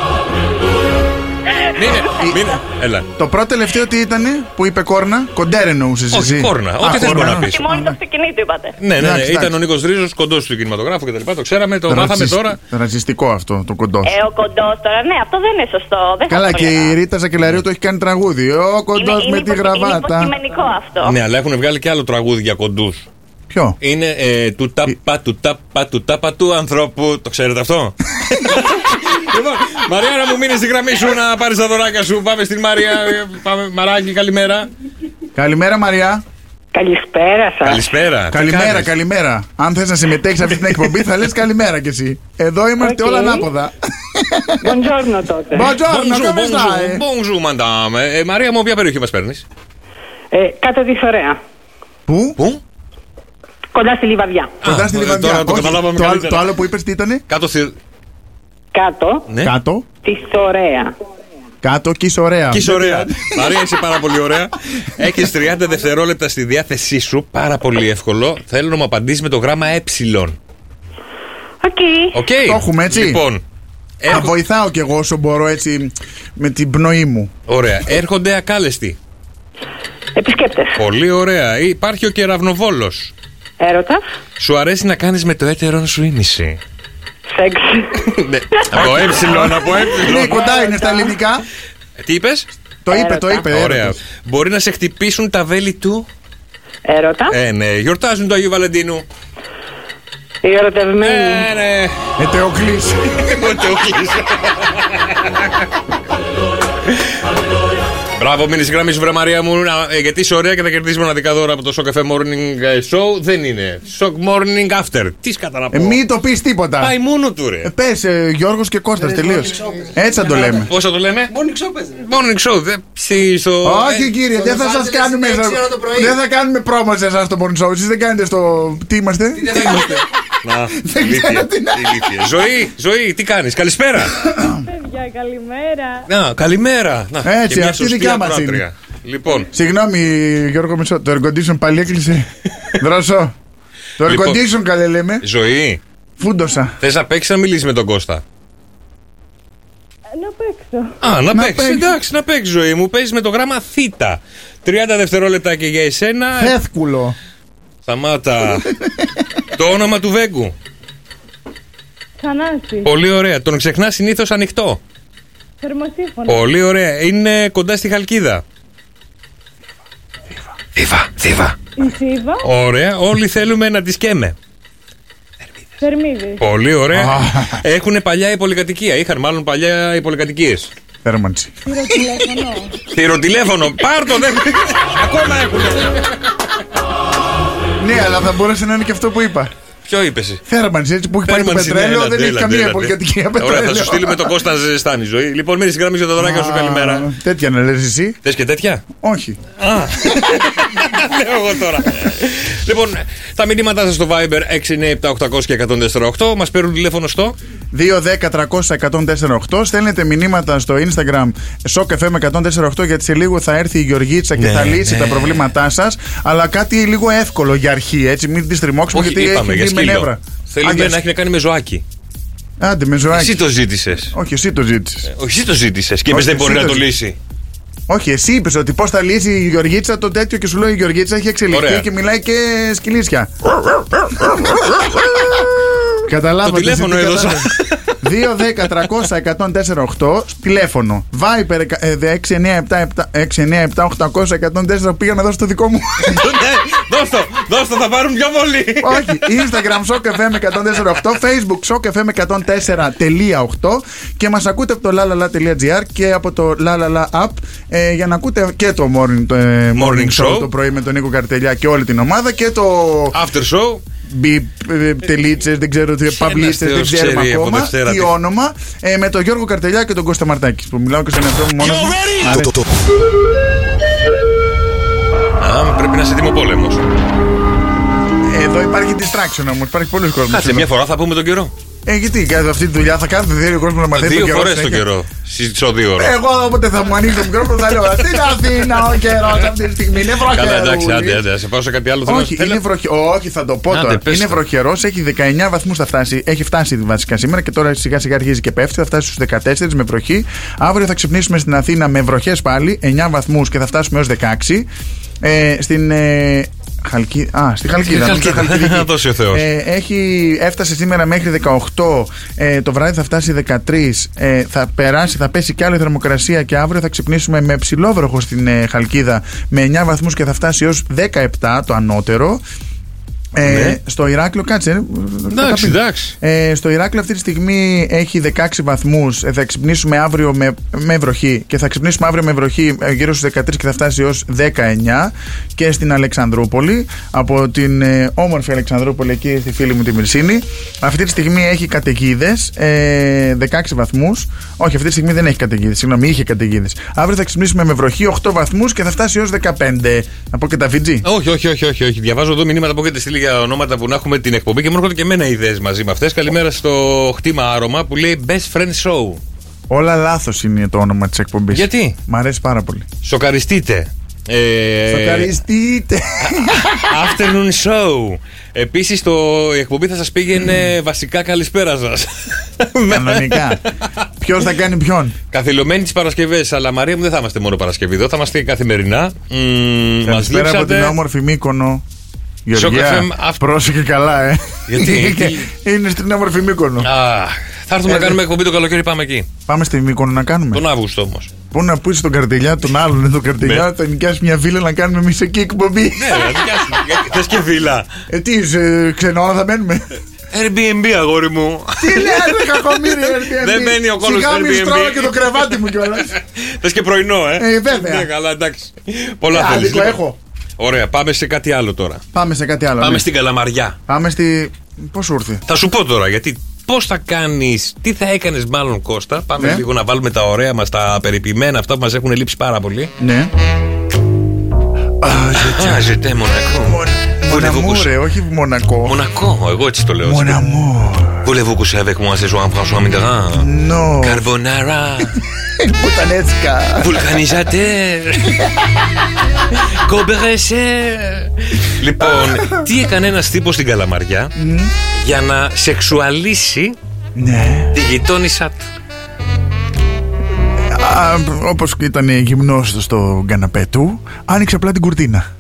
Speaker 5: Μην, μην, έλα.
Speaker 9: Το πρώτο τελευταίο τι ήταν που είπε κόρνα, κοντέρ εννοούσες
Speaker 5: Όχι,
Speaker 9: εσύ.
Speaker 5: κόρνα.
Speaker 9: Α,
Speaker 5: Ό,τι θες μπορεί να πεις.
Speaker 12: Τι μόνο το αυτοκινήτου είπατε.
Speaker 5: Ναι, ναι, ναι,
Speaker 9: Εντάξει,
Speaker 5: ήταν
Speaker 9: εντάξει.
Speaker 5: ο Νίκος Ρίζος κοντός του κινηματογράφου κτλ. Το ξέραμε, το μάθαμε
Speaker 9: Ρατσισ-
Speaker 5: τώρα.
Speaker 9: Ρατσιστικό αυτό το κοντός.
Speaker 12: Ε, ο κοντός τώρα, ναι, αυτό δεν είναι σωστό. Δεν θα
Speaker 9: Καλά,
Speaker 12: το
Speaker 9: και
Speaker 12: έλεγα.
Speaker 9: η Ρίτα Ζακελαρίου το έχει κάνει τραγούδι. Ο κοντός
Speaker 12: Είναι- είναι
Speaker 9: με τη
Speaker 12: υπο-
Speaker 9: γραβάτα.
Speaker 12: Είναι υποκειμενικό αυτό.
Speaker 5: Ναι, αλλά έχουν βγάλει και άλλο τραγούδι για κοντούς.
Speaker 9: Ποιο?
Speaker 5: Είναι ε, του τάπα, του τάπα, του τάπα του ανθρώπου. Το ξέρετε αυτό. λοιπόν, Μαριάννα μου μείνει στη γραμμή σου να πάρεις τα δωράκια σου. Πάμε στην Μαρία. ε, Πάμε, Μαράκι, καλημέρα.
Speaker 9: Καλημέρα, Μαριά.
Speaker 13: Καλησπέρα σας.
Speaker 5: Καλησπέρα. Τι
Speaker 9: Καλημέρα,
Speaker 5: κάνεις?
Speaker 9: καλημέρα. Αν θες να συμμετέχεις σε αυτή την εκπομπή, θα λες καλημέρα κι εσύ. Εδώ είμαστε
Speaker 13: Οκ.
Speaker 9: όλα ανάποδα.
Speaker 13: Buongiorno τότε.
Speaker 9: Buongiorno,
Speaker 5: Ε, Bonjour,
Speaker 9: come
Speaker 5: bonjour,
Speaker 9: stai?
Speaker 5: bonjour, madame. Ε, ε, Μαρία μου, ποια περιοχή μας παίρνεις.
Speaker 13: Ε, κάτω της Θωρέα.
Speaker 9: Πού?
Speaker 5: Πού?
Speaker 13: Κοντά στη Λιβαδιά.
Speaker 9: Κοντά στη
Speaker 5: ε,
Speaker 9: λιβαδιά.
Speaker 5: τώρα το
Speaker 9: Όχι,
Speaker 5: καταλάβαμε
Speaker 9: το άλλο-
Speaker 5: καλύτερα.
Speaker 9: Το άλλο που είπες τι ήταν.
Speaker 5: Κάτω στη.
Speaker 13: Κάτω
Speaker 5: Ναι.
Speaker 9: Κάτω,
Speaker 13: τη Θωρέα.
Speaker 9: κάτω και είσαι ωραία.
Speaker 5: Και είσαι ωραία. Μαρία, είσαι πάρα πολύ ωραία. Έχεις 30 δευτερόλεπτα στη διάθεσή σου. Πάρα πολύ εύκολο. Θέλω να μου απαντήσεις με το γράμμα ε.
Speaker 13: Οκ.
Speaker 5: Οκ.
Speaker 9: Το έχουμε, έτσι.
Speaker 5: Λοιπόν,
Speaker 9: Θα
Speaker 5: έρχο-
Speaker 9: Ε, βοηθάω κι εγώ όσο μπορώ έτσι με την πνοή μου.
Speaker 5: Ωραία. Έρχονται ακάλεστοι.
Speaker 13: Επισκέπτες.
Speaker 5: Πολύ ωραία. Υπάρχει ο κεραυνοβόλος.
Speaker 13: Έρωτα.
Speaker 5: Σου αρέσει να κάνεις με το έτερον σου ήμιση.
Speaker 13: Σεξ.
Speaker 5: Ναι. Από έψιλον, από
Speaker 9: Είναι
Speaker 5: έψιλον.
Speaker 9: Ναι, κοντά, είναι στα ελληνικά.
Speaker 5: Τι είπες,
Speaker 9: Το είπε, το είπε.
Speaker 5: Ωραία.
Speaker 9: έρωτας.
Speaker 5: Μπορεί να σε χτυπήσουν τα βέλη του.
Speaker 13: Έρωτα.
Speaker 5: Ε, ναι. Γιορτάζουν το Αγίου Βαλεντίνου.
Speaker 13: Η
Speaker 5: Ε,
Speaker 13: ερωτευμένη.
Speaker 5: ναι.
Speaker 9: Ετεοκλής.
Speaker 5: Εγώ το κλείσα. Μπράβο, μείνει γραμμή σου, βρε Μαρία μου. να- ε, Γιατί είσαι ωραία και θα κερδίσεις μοναδικά δώρα από το Shock FM Morning ε, Show. Δεν είναι. Shock Morning After. Τι κατά να
Speaker 9: Ε,
Speaker 5: πω.
Speaker 9: Μην το πεις τίποτα.
Speaker 5: Πάει μόνο του, ρε.
Speaker 9: Πε Γιώργος και Κώστας
Speaker 5: Ε,
Speaker 9: τελείως. Έτσι θα το λέμε.
Speaker 5: Πώς θα το λέμε,
Speaker 10: Morning show παίζει.
Speaker 5: Morning Show. δε- στη- στο-
Speaker 9: Όχι
Speaker 5: ε,
Speaker 9: κύριε,
Speaker 10: στο
Speaker 9: δεν θα
Speaker 10: Los
Speaker 9: σας
Speaker 10: Angeles
Speaker 9: κάνουμε.
Speaker 10: είναι 6 ώρα το πρωί.
Speaker 9: Δεν θα κάνουμε πρόμο σε εσάς το morning show. Εσείς δεν κάνετε στο. Τι είμαστε.
Speaker 10: Δεν θα είμαστε.
Speaker 5: Να,
Speaker 9: Δεν
Speaker 5: ηλίθεια,
Speaker 9: ξέρω τι να-
Speaker 5: ηλίθεια. Ζωή, ζωή, τι κάνεις, καλησπέρα. Ε,
Speaker 11: Παιδιά, καλημέρα.
Speaker 5: Να, καλημέρα. Να,
Speaker 9: Έτσι,
Speaker 5: και μια
Speaker 9: αυτή
Speaker 5: σωστή
Speaker 9: δικιά μας
Speaker 5: ακροάτρια.
Speaker 9: είναι.
Speaker 5: Λοιπόν,
Speaker 9: Συγγνώμη Γιώργο Μισό, το air condition πάλι έκλεισε. Δρόσο. Το air
Speaker 5: Λοιπόν.
Speaker 9: condition καλέ λέμε.
Speaker 5: ζωή,
Speaker 9: Φούντοσα.
Speaker 5: θες να παίξεις να μιλήσεις με τον Κώστα.
Speaker 11: Να παίξω.
Speaker 5: Α, να,
Speaker 9: Να
Speaker 5: παίξεις.
Speaker 9: παίξει.
Speaker 5: Εντάξει, να παίξεις ζωή μου. Παίζεις με το γράμμα Θ. 30 δευτερόλεπτα και για εσένα.
Speaker 9: Ε. Πέθκουλο.
Speaker 5: Σταμάτα. το όνομα του Βέγκου.
Speaker 11: Θανάση.
Speaker 5: Πολύ ωραία. Τον ξεχνά συνήθως ανοιχτό.
Speaker 11: Θερμοσύφωνα.
Speaker 5: Πολύ ωραία. Είναι κοντά στη Χαλκίδα. Θήβα, θήβα.
Speaker 11: Η Σίβα.
Speaker 5: Ωραία. Όλοι θέλουμε να τη σκέμε.
Speaker 11: Θερμίδη.
Speaker 5: Πολύ ωραία.
Speaker 9: Α.
Speaker 5: Έχουν παλιά η πολυκατοικία. Είχαν μάλλον παλιά οι πολυκατοικίε.
Speaker 9: Θέρμανση.
Speaker 11: Τηλέφωνο.
Speaker 5: Θηροτηλέφωνο. Πάρ το, δεν. Ακόμα έχουν.
Speaker 9: Ναι, αλλά θα μπορούσε να είναι και αυτό που είπα.
Speaker 5: Ποιο είπες εσύ.
Speaker 9: Θέρμανση, έτσι που έχει πάρει το
Speaker 5: Θέρμανση, ναι,
Speaker 9: πετρέλαιο,
Speaker 5: έλατε,
Speaker 9: δεν έχει
Speaker 5: έλατε,
Speaker 9: καμία
Speaker 5: έλατε.
Speaker 9: πολυκατοικία πετρέλαιο.
Speaker 5: Ωραία, θα σου στείλουμε τον Κώστας να ζεστάνει η ζωή. Λοιπόν, μείνει γραμμή για τα δωράκια σου,
Speaker 9: Α,
Speaker 5: καλημέρα.
Speaker 9: Τέτοια να λες εσύ.
Speaker 5: Θες και τέτοια.
Speaker 9: Όχι.
Speaker 5: Α, λέω εγώ τώρα. λοιπόν, τα μηνύματά σας στο Viber 697 και 1048 μας παίρνουν τηλέφωνο στο.
Speaker 9: 2-10-300-1048. Στέλνετε μηνύματα στο Instagram SOCFM1048 γιατί σε λίγο θα έρθει η Γεωργίτσα και
Speaker 5: Ναι,
Speaker 9: θα λύσει
Speaker 5: ναι.
Speaker 9: τα προβλήματά σας. Αλλά κάτι λίγο εύκολο για αρχή, έτσι. Μην τη τριμώξουμε
Speaker 5: Όχι,
Speaker 9: γιατί
Speaker 5: είπαμε για
Speaker 9: έχει βγει με
Speaker 5: σκύλο.
Speaker 9: νεύρα.
Speaker 5: Θέλουμε
Speaker 9: Άντε,
Speaker 5: να έχει να κάνει με ζωάκι.
Speaker 9: Άντε, με ζωάκι.
Speaker 5: Εσύ Ε, το ζήτησες.
Speaker 9: Όχι, εσύ το ζήτησες.
Speaker 5: Όχι, εσύ το ζήτησες και
Speaker 9: Όχι,
Speaker 5: είπε δεν
Speaker 9: εσύ
Speaker 5: μπορεί
Speaker 9: το
Speaker 5: να το
Speaker 9: ζήτησες.
Speaker 5: λύσει.
Speaker 9: Όχι, εσύ είπες ότι πώς θα λύσει η Γεωργίτσα το τέτοιο και σου λέει η Γεωργίτσα έχει εξελιχθεί
Speaker 5: Ωραία.
Speaker 9: και μιλάει και σκυλίσια. Καταλάβατε.
Speaker 5: Το τηλέφωνο
Speaker 9: εσείς τι
Speaker 5: έδωσα.
Speaker 9: καταλάβατε. 2-10-300-1048 τηλέφωνο. Viper ε, 697-800-1048 πήγα να δώσω το δικό μου.
Speaker 5: Ναι, Δώσ' το, δώσ' το, θα πάρουν πιο πολύ.
Speaker 9: Όχι. Instagram SockFM 104.8, Facebook SockFM 104.8 και μας ακούτε από το lalala.gr και από το lalala app ε, για να ακούτε και το morning, το, ε,
Speaker 5: Morning show.
Speaker 9: το πρωί με τον Νίκο Καρτελιά και όλη την ομάδα και το.
Speaker 5: After show.
Speaker 9: Μπιπ, ε, τελίτσες, δεν ξέρω τι, παμπλίστε, δεν
Speaker 5: Θεός
Speaker 9: ξέρουμε
Speaker 5: ξέρει από
Speaker 9: ακόμα.
Speaker 5: Δευτέρα
Speaker 9: Τι
Speaker 5: τι.
Speaker 9: όνομα ε, με τον Γιώργο Καρτελιά και τον Κώστα Μαρτάκης που μιλάω και στον εαυτό μου μόνος. μου. Μ' αρέσει.
Speaker 5: Α, πρέπει να είσαι έτοιμο πόλεμο.
Speaker 9: Εδώ υπάρχει distraction όμως, υπάρχει πολλοί κόσμος.
Speaker 5: Κάτσε, μια φορά θα πούμε τον καιρό.
Speaker 9: Ε, γιατί κάθε αυτή τη δουλειά θα κάνετε δύο κόσμο να μαθαίνει
Speaker 5: Δύο
Speaker 9: τον καιρό
Speaker 5: φορές τον
Speaker 9: συνέχεια.
Speaker 5: καιρό. Στο δύο ώρα.
Speaker 9: Εγώ όποτε θα μου ανοίξει το μικρόφωνο θα λέω Στην Αθήνα ο καιρός αυτή τη στιγμή είναι
Speaker 5: Καλά, εντάξει, άντε,
Speaker 9: βροχερό.
Speaker 5: άντε, να σε πάω σε κάτι άλλο. θέλω να-
Speaker 9: Όχι,
Speaker 5: θέλω-
Speaker 9: είναι βροχε... Όχι, θα το πω
Speaker 5: Άντε,
Speaker 9: τώρα.
Speaker 5: πες
Speaker 9: είναι
Speaker 5: το.
Speaker 9: βροχερός, έχει 19 βαθμούς θα φτάσει. Έχει φτάσει βασικά σήμερα και τώρα σιγά σιγά αρχίζει και πέφτει. Θα φτάσει στους 14 με βροχή. Αύριο θα ξυπνήσουμε στην Αθήνα με βροχές πάλι, 9 βαθμούς και θα φτάσουμε έως 16. Ε, στην. Ε... Χαλκί... Α, στη Χαλκίδα. νομίζω,
Speaker 5: Χαλκίδα.
Speaker 9: Χαλκιδική.
Speaker 5: Να δώσει ο Θεός.
Speaker 9: Ε, έχει, έφτασε σήμερα μέχρι 18. Ε, το βράδυ θα φτάσει 13. Ε, θα περάσει, θα πέσει κι άλλο η θερμοκρασία και αύριο θα ξυπνήσουμε με ψηλό βροχο στην ε, Χαλκίδα με 9 βαθμούς και θα φτάσει έως 17 το ανώτερο. Ε,
Speaker 5: Ναι.
Speaker 9: Στο Ηράκλειο, κάτσε. ε, θα τα πει.
Speaker 5: εντάξει.
Speaker 9: Ε, στο Ηράκλειο αυτή τη στιγμή έχει 16 βαθμού. θα ξυπνήσουμε αύριο με, με βροχή και θα ξυπνήσουμε αύριο με βροχή ε, γύρω στους 13 και θα φτάσει έως 19 και στην Αλεξανδρούπολη. Από την ε, όμορφη Αλεξανδρούπολη εκεί στη φίλη μου τη Μυρσίνη. Αυτή τη στιγμή έχει καταιγίδες, 16 βαθμούς. Όχι, αυτή τη στιγμή δεν έχει καταιγίδες. Συγγνώμη, είχε καταιγίδες. Αύριο θα ξυπνήσουμε με βροχή 8 βαθμούς και θα φτάσει έως 15. Να πω και τα VG.
Speaker 5: Όχι, όχι, όχι, όχι, όχι. Διαβάζω εδώ μηνύματα που έχετε στείλει για ονόματα που να έχουμε την εκπομπή και μου έρχονται και εμένα ιδέες μαζί με αυτές. Καλημέρα στο χτήμα άρωμα που λέει Best Friend Show.
Speaker 9: Όλα λάθος είναι το όνομα της εκπομπής.
Speaker 5: Γιατί?
Speaker 9: Μ' αρέσει πάρα πολύ.
Speaker 5: Σοκαριστείτε. Ε,
Speaker 9: Σοκαριστείτε.
Speaker 5: Afternoon Show. Επίσης, η εκπομπή θα σας πήγαινε βασικά καλησπέρα σας.
Speaker 9: Κανονικά. Ποιος θα κάνει ποιον.
Speaker 5: Καθυλωμένοι τις Παρασκευές, αλλά Μαρία μου δεν θα είμαστε μόνο Παρασκευή εδώ, θα είμαστε καθημερινά. Μας
Speaker 9: Καλησπέρα από την όμορφη Μύκονο. Γεωργία,
Speaker 5: FM αυτό.
Speaker 9: πρόσεχε καλά, ε.
Speaker 5: Γιατί?
Speaker 9: Είναι στην όμορφη Μύκονο.
Speaker 5: Α, θα έρθουμε
Speaker 9: Ε, Ναι.
Speaker 5: να κάνουμε
Speaker 9: δε-
Speaker 5: εκπομπή το καλοκαίρι, πάμε εκεί.
Speaker 9: Πάμε στη Μύκονο να κάνουμε.
Speaker 5: Τον Αύγουστο όμως.
Speaker 9: Πού να πούσει τον καρτελιά τον άλλον, ε, τον καρτελιά,
Speaker 5: Ναι.
Speaker 9: θα νοικιάσει μια βίλα να κάνουμε εμείς εκεί εκπομπή.
Speaker 5: Θες και βίλα.
Speaker 9: Ε, τι, σε ξενό θα μένουμε.
Speaker 5: Airbnb, αγόρι μου.
Speaker 9: Τι λέει, κακομίρι, Airbnb.
Speaker 5: Δεν μένει ο κόλος
Speaker 9: Σιγά μη
Speaker 5: Airbnb.
Speaker 9: στρώω και το κρεβάτι μου κιόλας.
Speaker 5: Θες και πρωινό, ε.
Speaker 9: Ε, βέβαια.
Speaker 5: Ναι, καλά, εντάξει. Πολλά
Speaker 9: Ε,
Speaker 5: θέλεις.
Speaker 9: άδικο έχω.
Speaker 5: Ωραία, πάμε σε κάτι άλλο τώρα.
Speaker 9: Πάμε σε κάτι άλλο.
Speaker 5: Πάμε
Speaker 9: ναι.
Speaker 5: στην καλαμαριά.
Speaker 9: Πάμε στη. Πώς σου ήρθε.
Speaker 5: Θα σου πω τώρα γιατί. Πώς θα κάνεις, τι θα έκανες, μάλλον Κώστα. Πάμε
Speaker 9: Ναι.
Speaker 5: λίγο να βάλουμε τα ωραία μας, τα περιποιημένα, αυτά που μας έχουν λείψει πάρα πολύ.
Speaker 9: Ναι.
Speaker 5: Α, ζητέ Μονακό.
Speaker 9: Μοναμού, ρε, όχι Μονακό.
Speaker 5: Μονακό, εγώ έτσι το λέω.
Speaker 9: Μοναμού.
Speaker 5: Voulez-vous coucher avec moi ce soir, François Mitterrand
Speaker 9: Νο.
Speaker 5: Carbonara,
Speaker 9: Πουτανέτσικα.
Speaker 5: vulcanisateur, κομπερεσέρ. Λοιπόν, τι έκανε ένας τύπος στην Καλαμαριά για να σεξουαλίσει
Speaker 9: Ναι.
Speaker 5: τη γειτόνισσα του.
Speaker 9: Όπως ήταν γυμνό στο καναπέ του, άνοιξε απλά την κουρτίνα.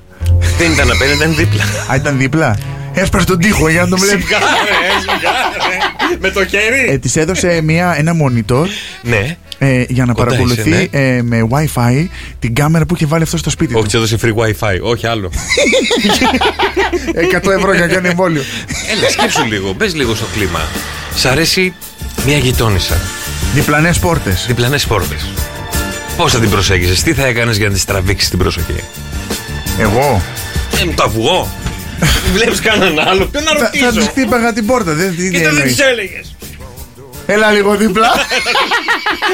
Speaker 5: Δεν ήταν απέναντι, ήταν δίπλα.
Speaker 9: Α, ήταν δίπλα. Έσπασε τον τοίχο για να τον βλέπεις.
Speaker 5: Σιγά, ρε, σιγά, ρε. ε, Με το χέρι.
Speaker 9: Ε, της έδωσε μια, ένα monitor
Speaker 5: Ναι.
Speaker 9: ε, για να
Speaker 5: Κοντά
Speaker 9: παρακολουθεί
Speaker 5: είσαι, ναι.
Speaker 9: ε, με WiFi την κάμερα που είχε βάλει αυτός στο σπίτι
Speaker 5: Όχι,
Speaker 9: του.
Speaker 5: της έδωσε free wifi, όχι άλλο.
Speaker 9: 100 Ε, ευρώ για να κάνει εμβόλιο.
Speaker 5: Έλα, Ε, σκέψου λίγο, μπες λίγο στο κλίμα. Σ' αρέσει μια γειτόνισσα.
Speaker 9: Διπλανές πόρτες.
Speaker 5: διπλανές πόρτες. Πώς θα την προσέγγιζε, τι θα έκανες για να τη τραβήξεις την προσοχή.
Speaker 9: Εγώ.
Speaker 5: Ε, μου το αυγό. Βλέπεις κανέναν άλλο. Ποιον να
Speaker 9: Θα, θα τη
Speaker 5: ρωτήσω.
Speaker 9: χτύπαγα την πόρτα. Δεν, τι- τι
Speaker 5: Κοίτα, δεν
Speaker 9: εννοείς.
Speaker 5: τη έλεγες.
Speaker 9: Έλα λίγο δίπλα.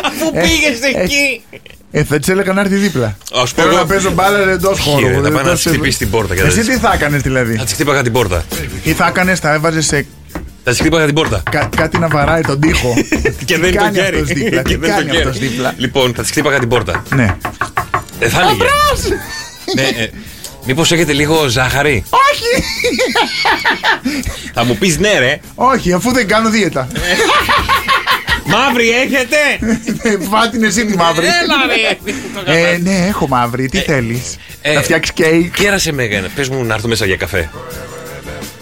Speaker 5: Αφού πήγε εκεί.
Speaker 9: ε, θα τη έλεγα να έρθει δίπλα.
Speaker 5: Ας πω
Speaker 9: Θέλω
Speaker 5: εγώ-
Speaker 9: να παίζω μπάλα εντός χώρου.
Speaker 5: Χείρε, θα
Speaker 9: Δεν
Speaker 5: πάει να
Speaker 9: το
Speaker 5: τη
Speaker 9: θέλω.
Speaker 5: χτυπήσεις την πόρτα. και θα
Speaker 9: Εσύ
Speaker 5: της-
Speaker 9: τι θα έκανες δηλαδή.
Speaker 5: Θα τη χτύπαγα την πόρτα.
Speaker 9: Ή θα έκανες, θα έβαζες σε
Speaker 5: Θα τη χτύπαγα την πόρτα.
Speaker 9: κα- κάτι να βαράει τον τοίχο.
Speaker 5: Και δεν το
Speaker 9: κάνει
Speaker 5: χέρι.
Speaker 9: αυτός δίπλα, τι
Speaker 5: Και δεν
Speaker 9: κάνει
Speaker 5: το
Speaker 9: αυτός δίπλα.
Speaker 5: χέρι. Λοιπόν, θα τη χτύπαγα την πόρτα.
Speaker 9: ναι.
Speaker 5: Ε, θα έλεγε. Ναι, ε, μήπως έχετε λίγο ζάχαρη.
Speaker 9: Όχι!
Speaker 5: Θα μου πεις ναι, ρε.
Speaker 9: Όχι, αφού δεν κάνω δίαιτα.
Speaker 5: Μαύρη έχετε.
Speaker 9: Φάτινε εσύ τη μαύρη.
Speaker 5: Έλα, ρε.
Speaker 9: Ε, ναι, έχω μαύρη. Τι θέλεις.
Speaker 5: ε,
Speaker 9: Να φτιάξεις κέικ.
Speaker 5: Κέρασε με, πες μου να έρθω μέσα για καφέ.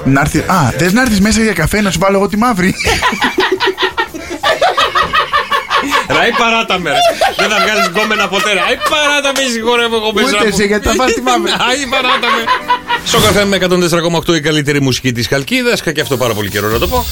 Speaker 9: Να έρθει. Α, θες να έρθεις μέσα για καφέ να σου βάλω εγώ τη μαύρη.
Speaker 5: Ε. Αϊ παράτα με. ρε. Δεν θα βγάλεις γκόμενα ποτέ. ρε. Αϊ παράτα με, συγχωρεύω εγώ μέσα.
Speaker 9: Ούτε
Speaker 5: μου.
Speaker 9: εσύ γιατί θα βάλει τη μαύρη.
Speaker 5: Αϊ παράτα με. Στο καφέ με 104,8 η καλύτερη μουσική της Χαλκίδας και, και αυτό πάρα πολύ καιρό να το πω.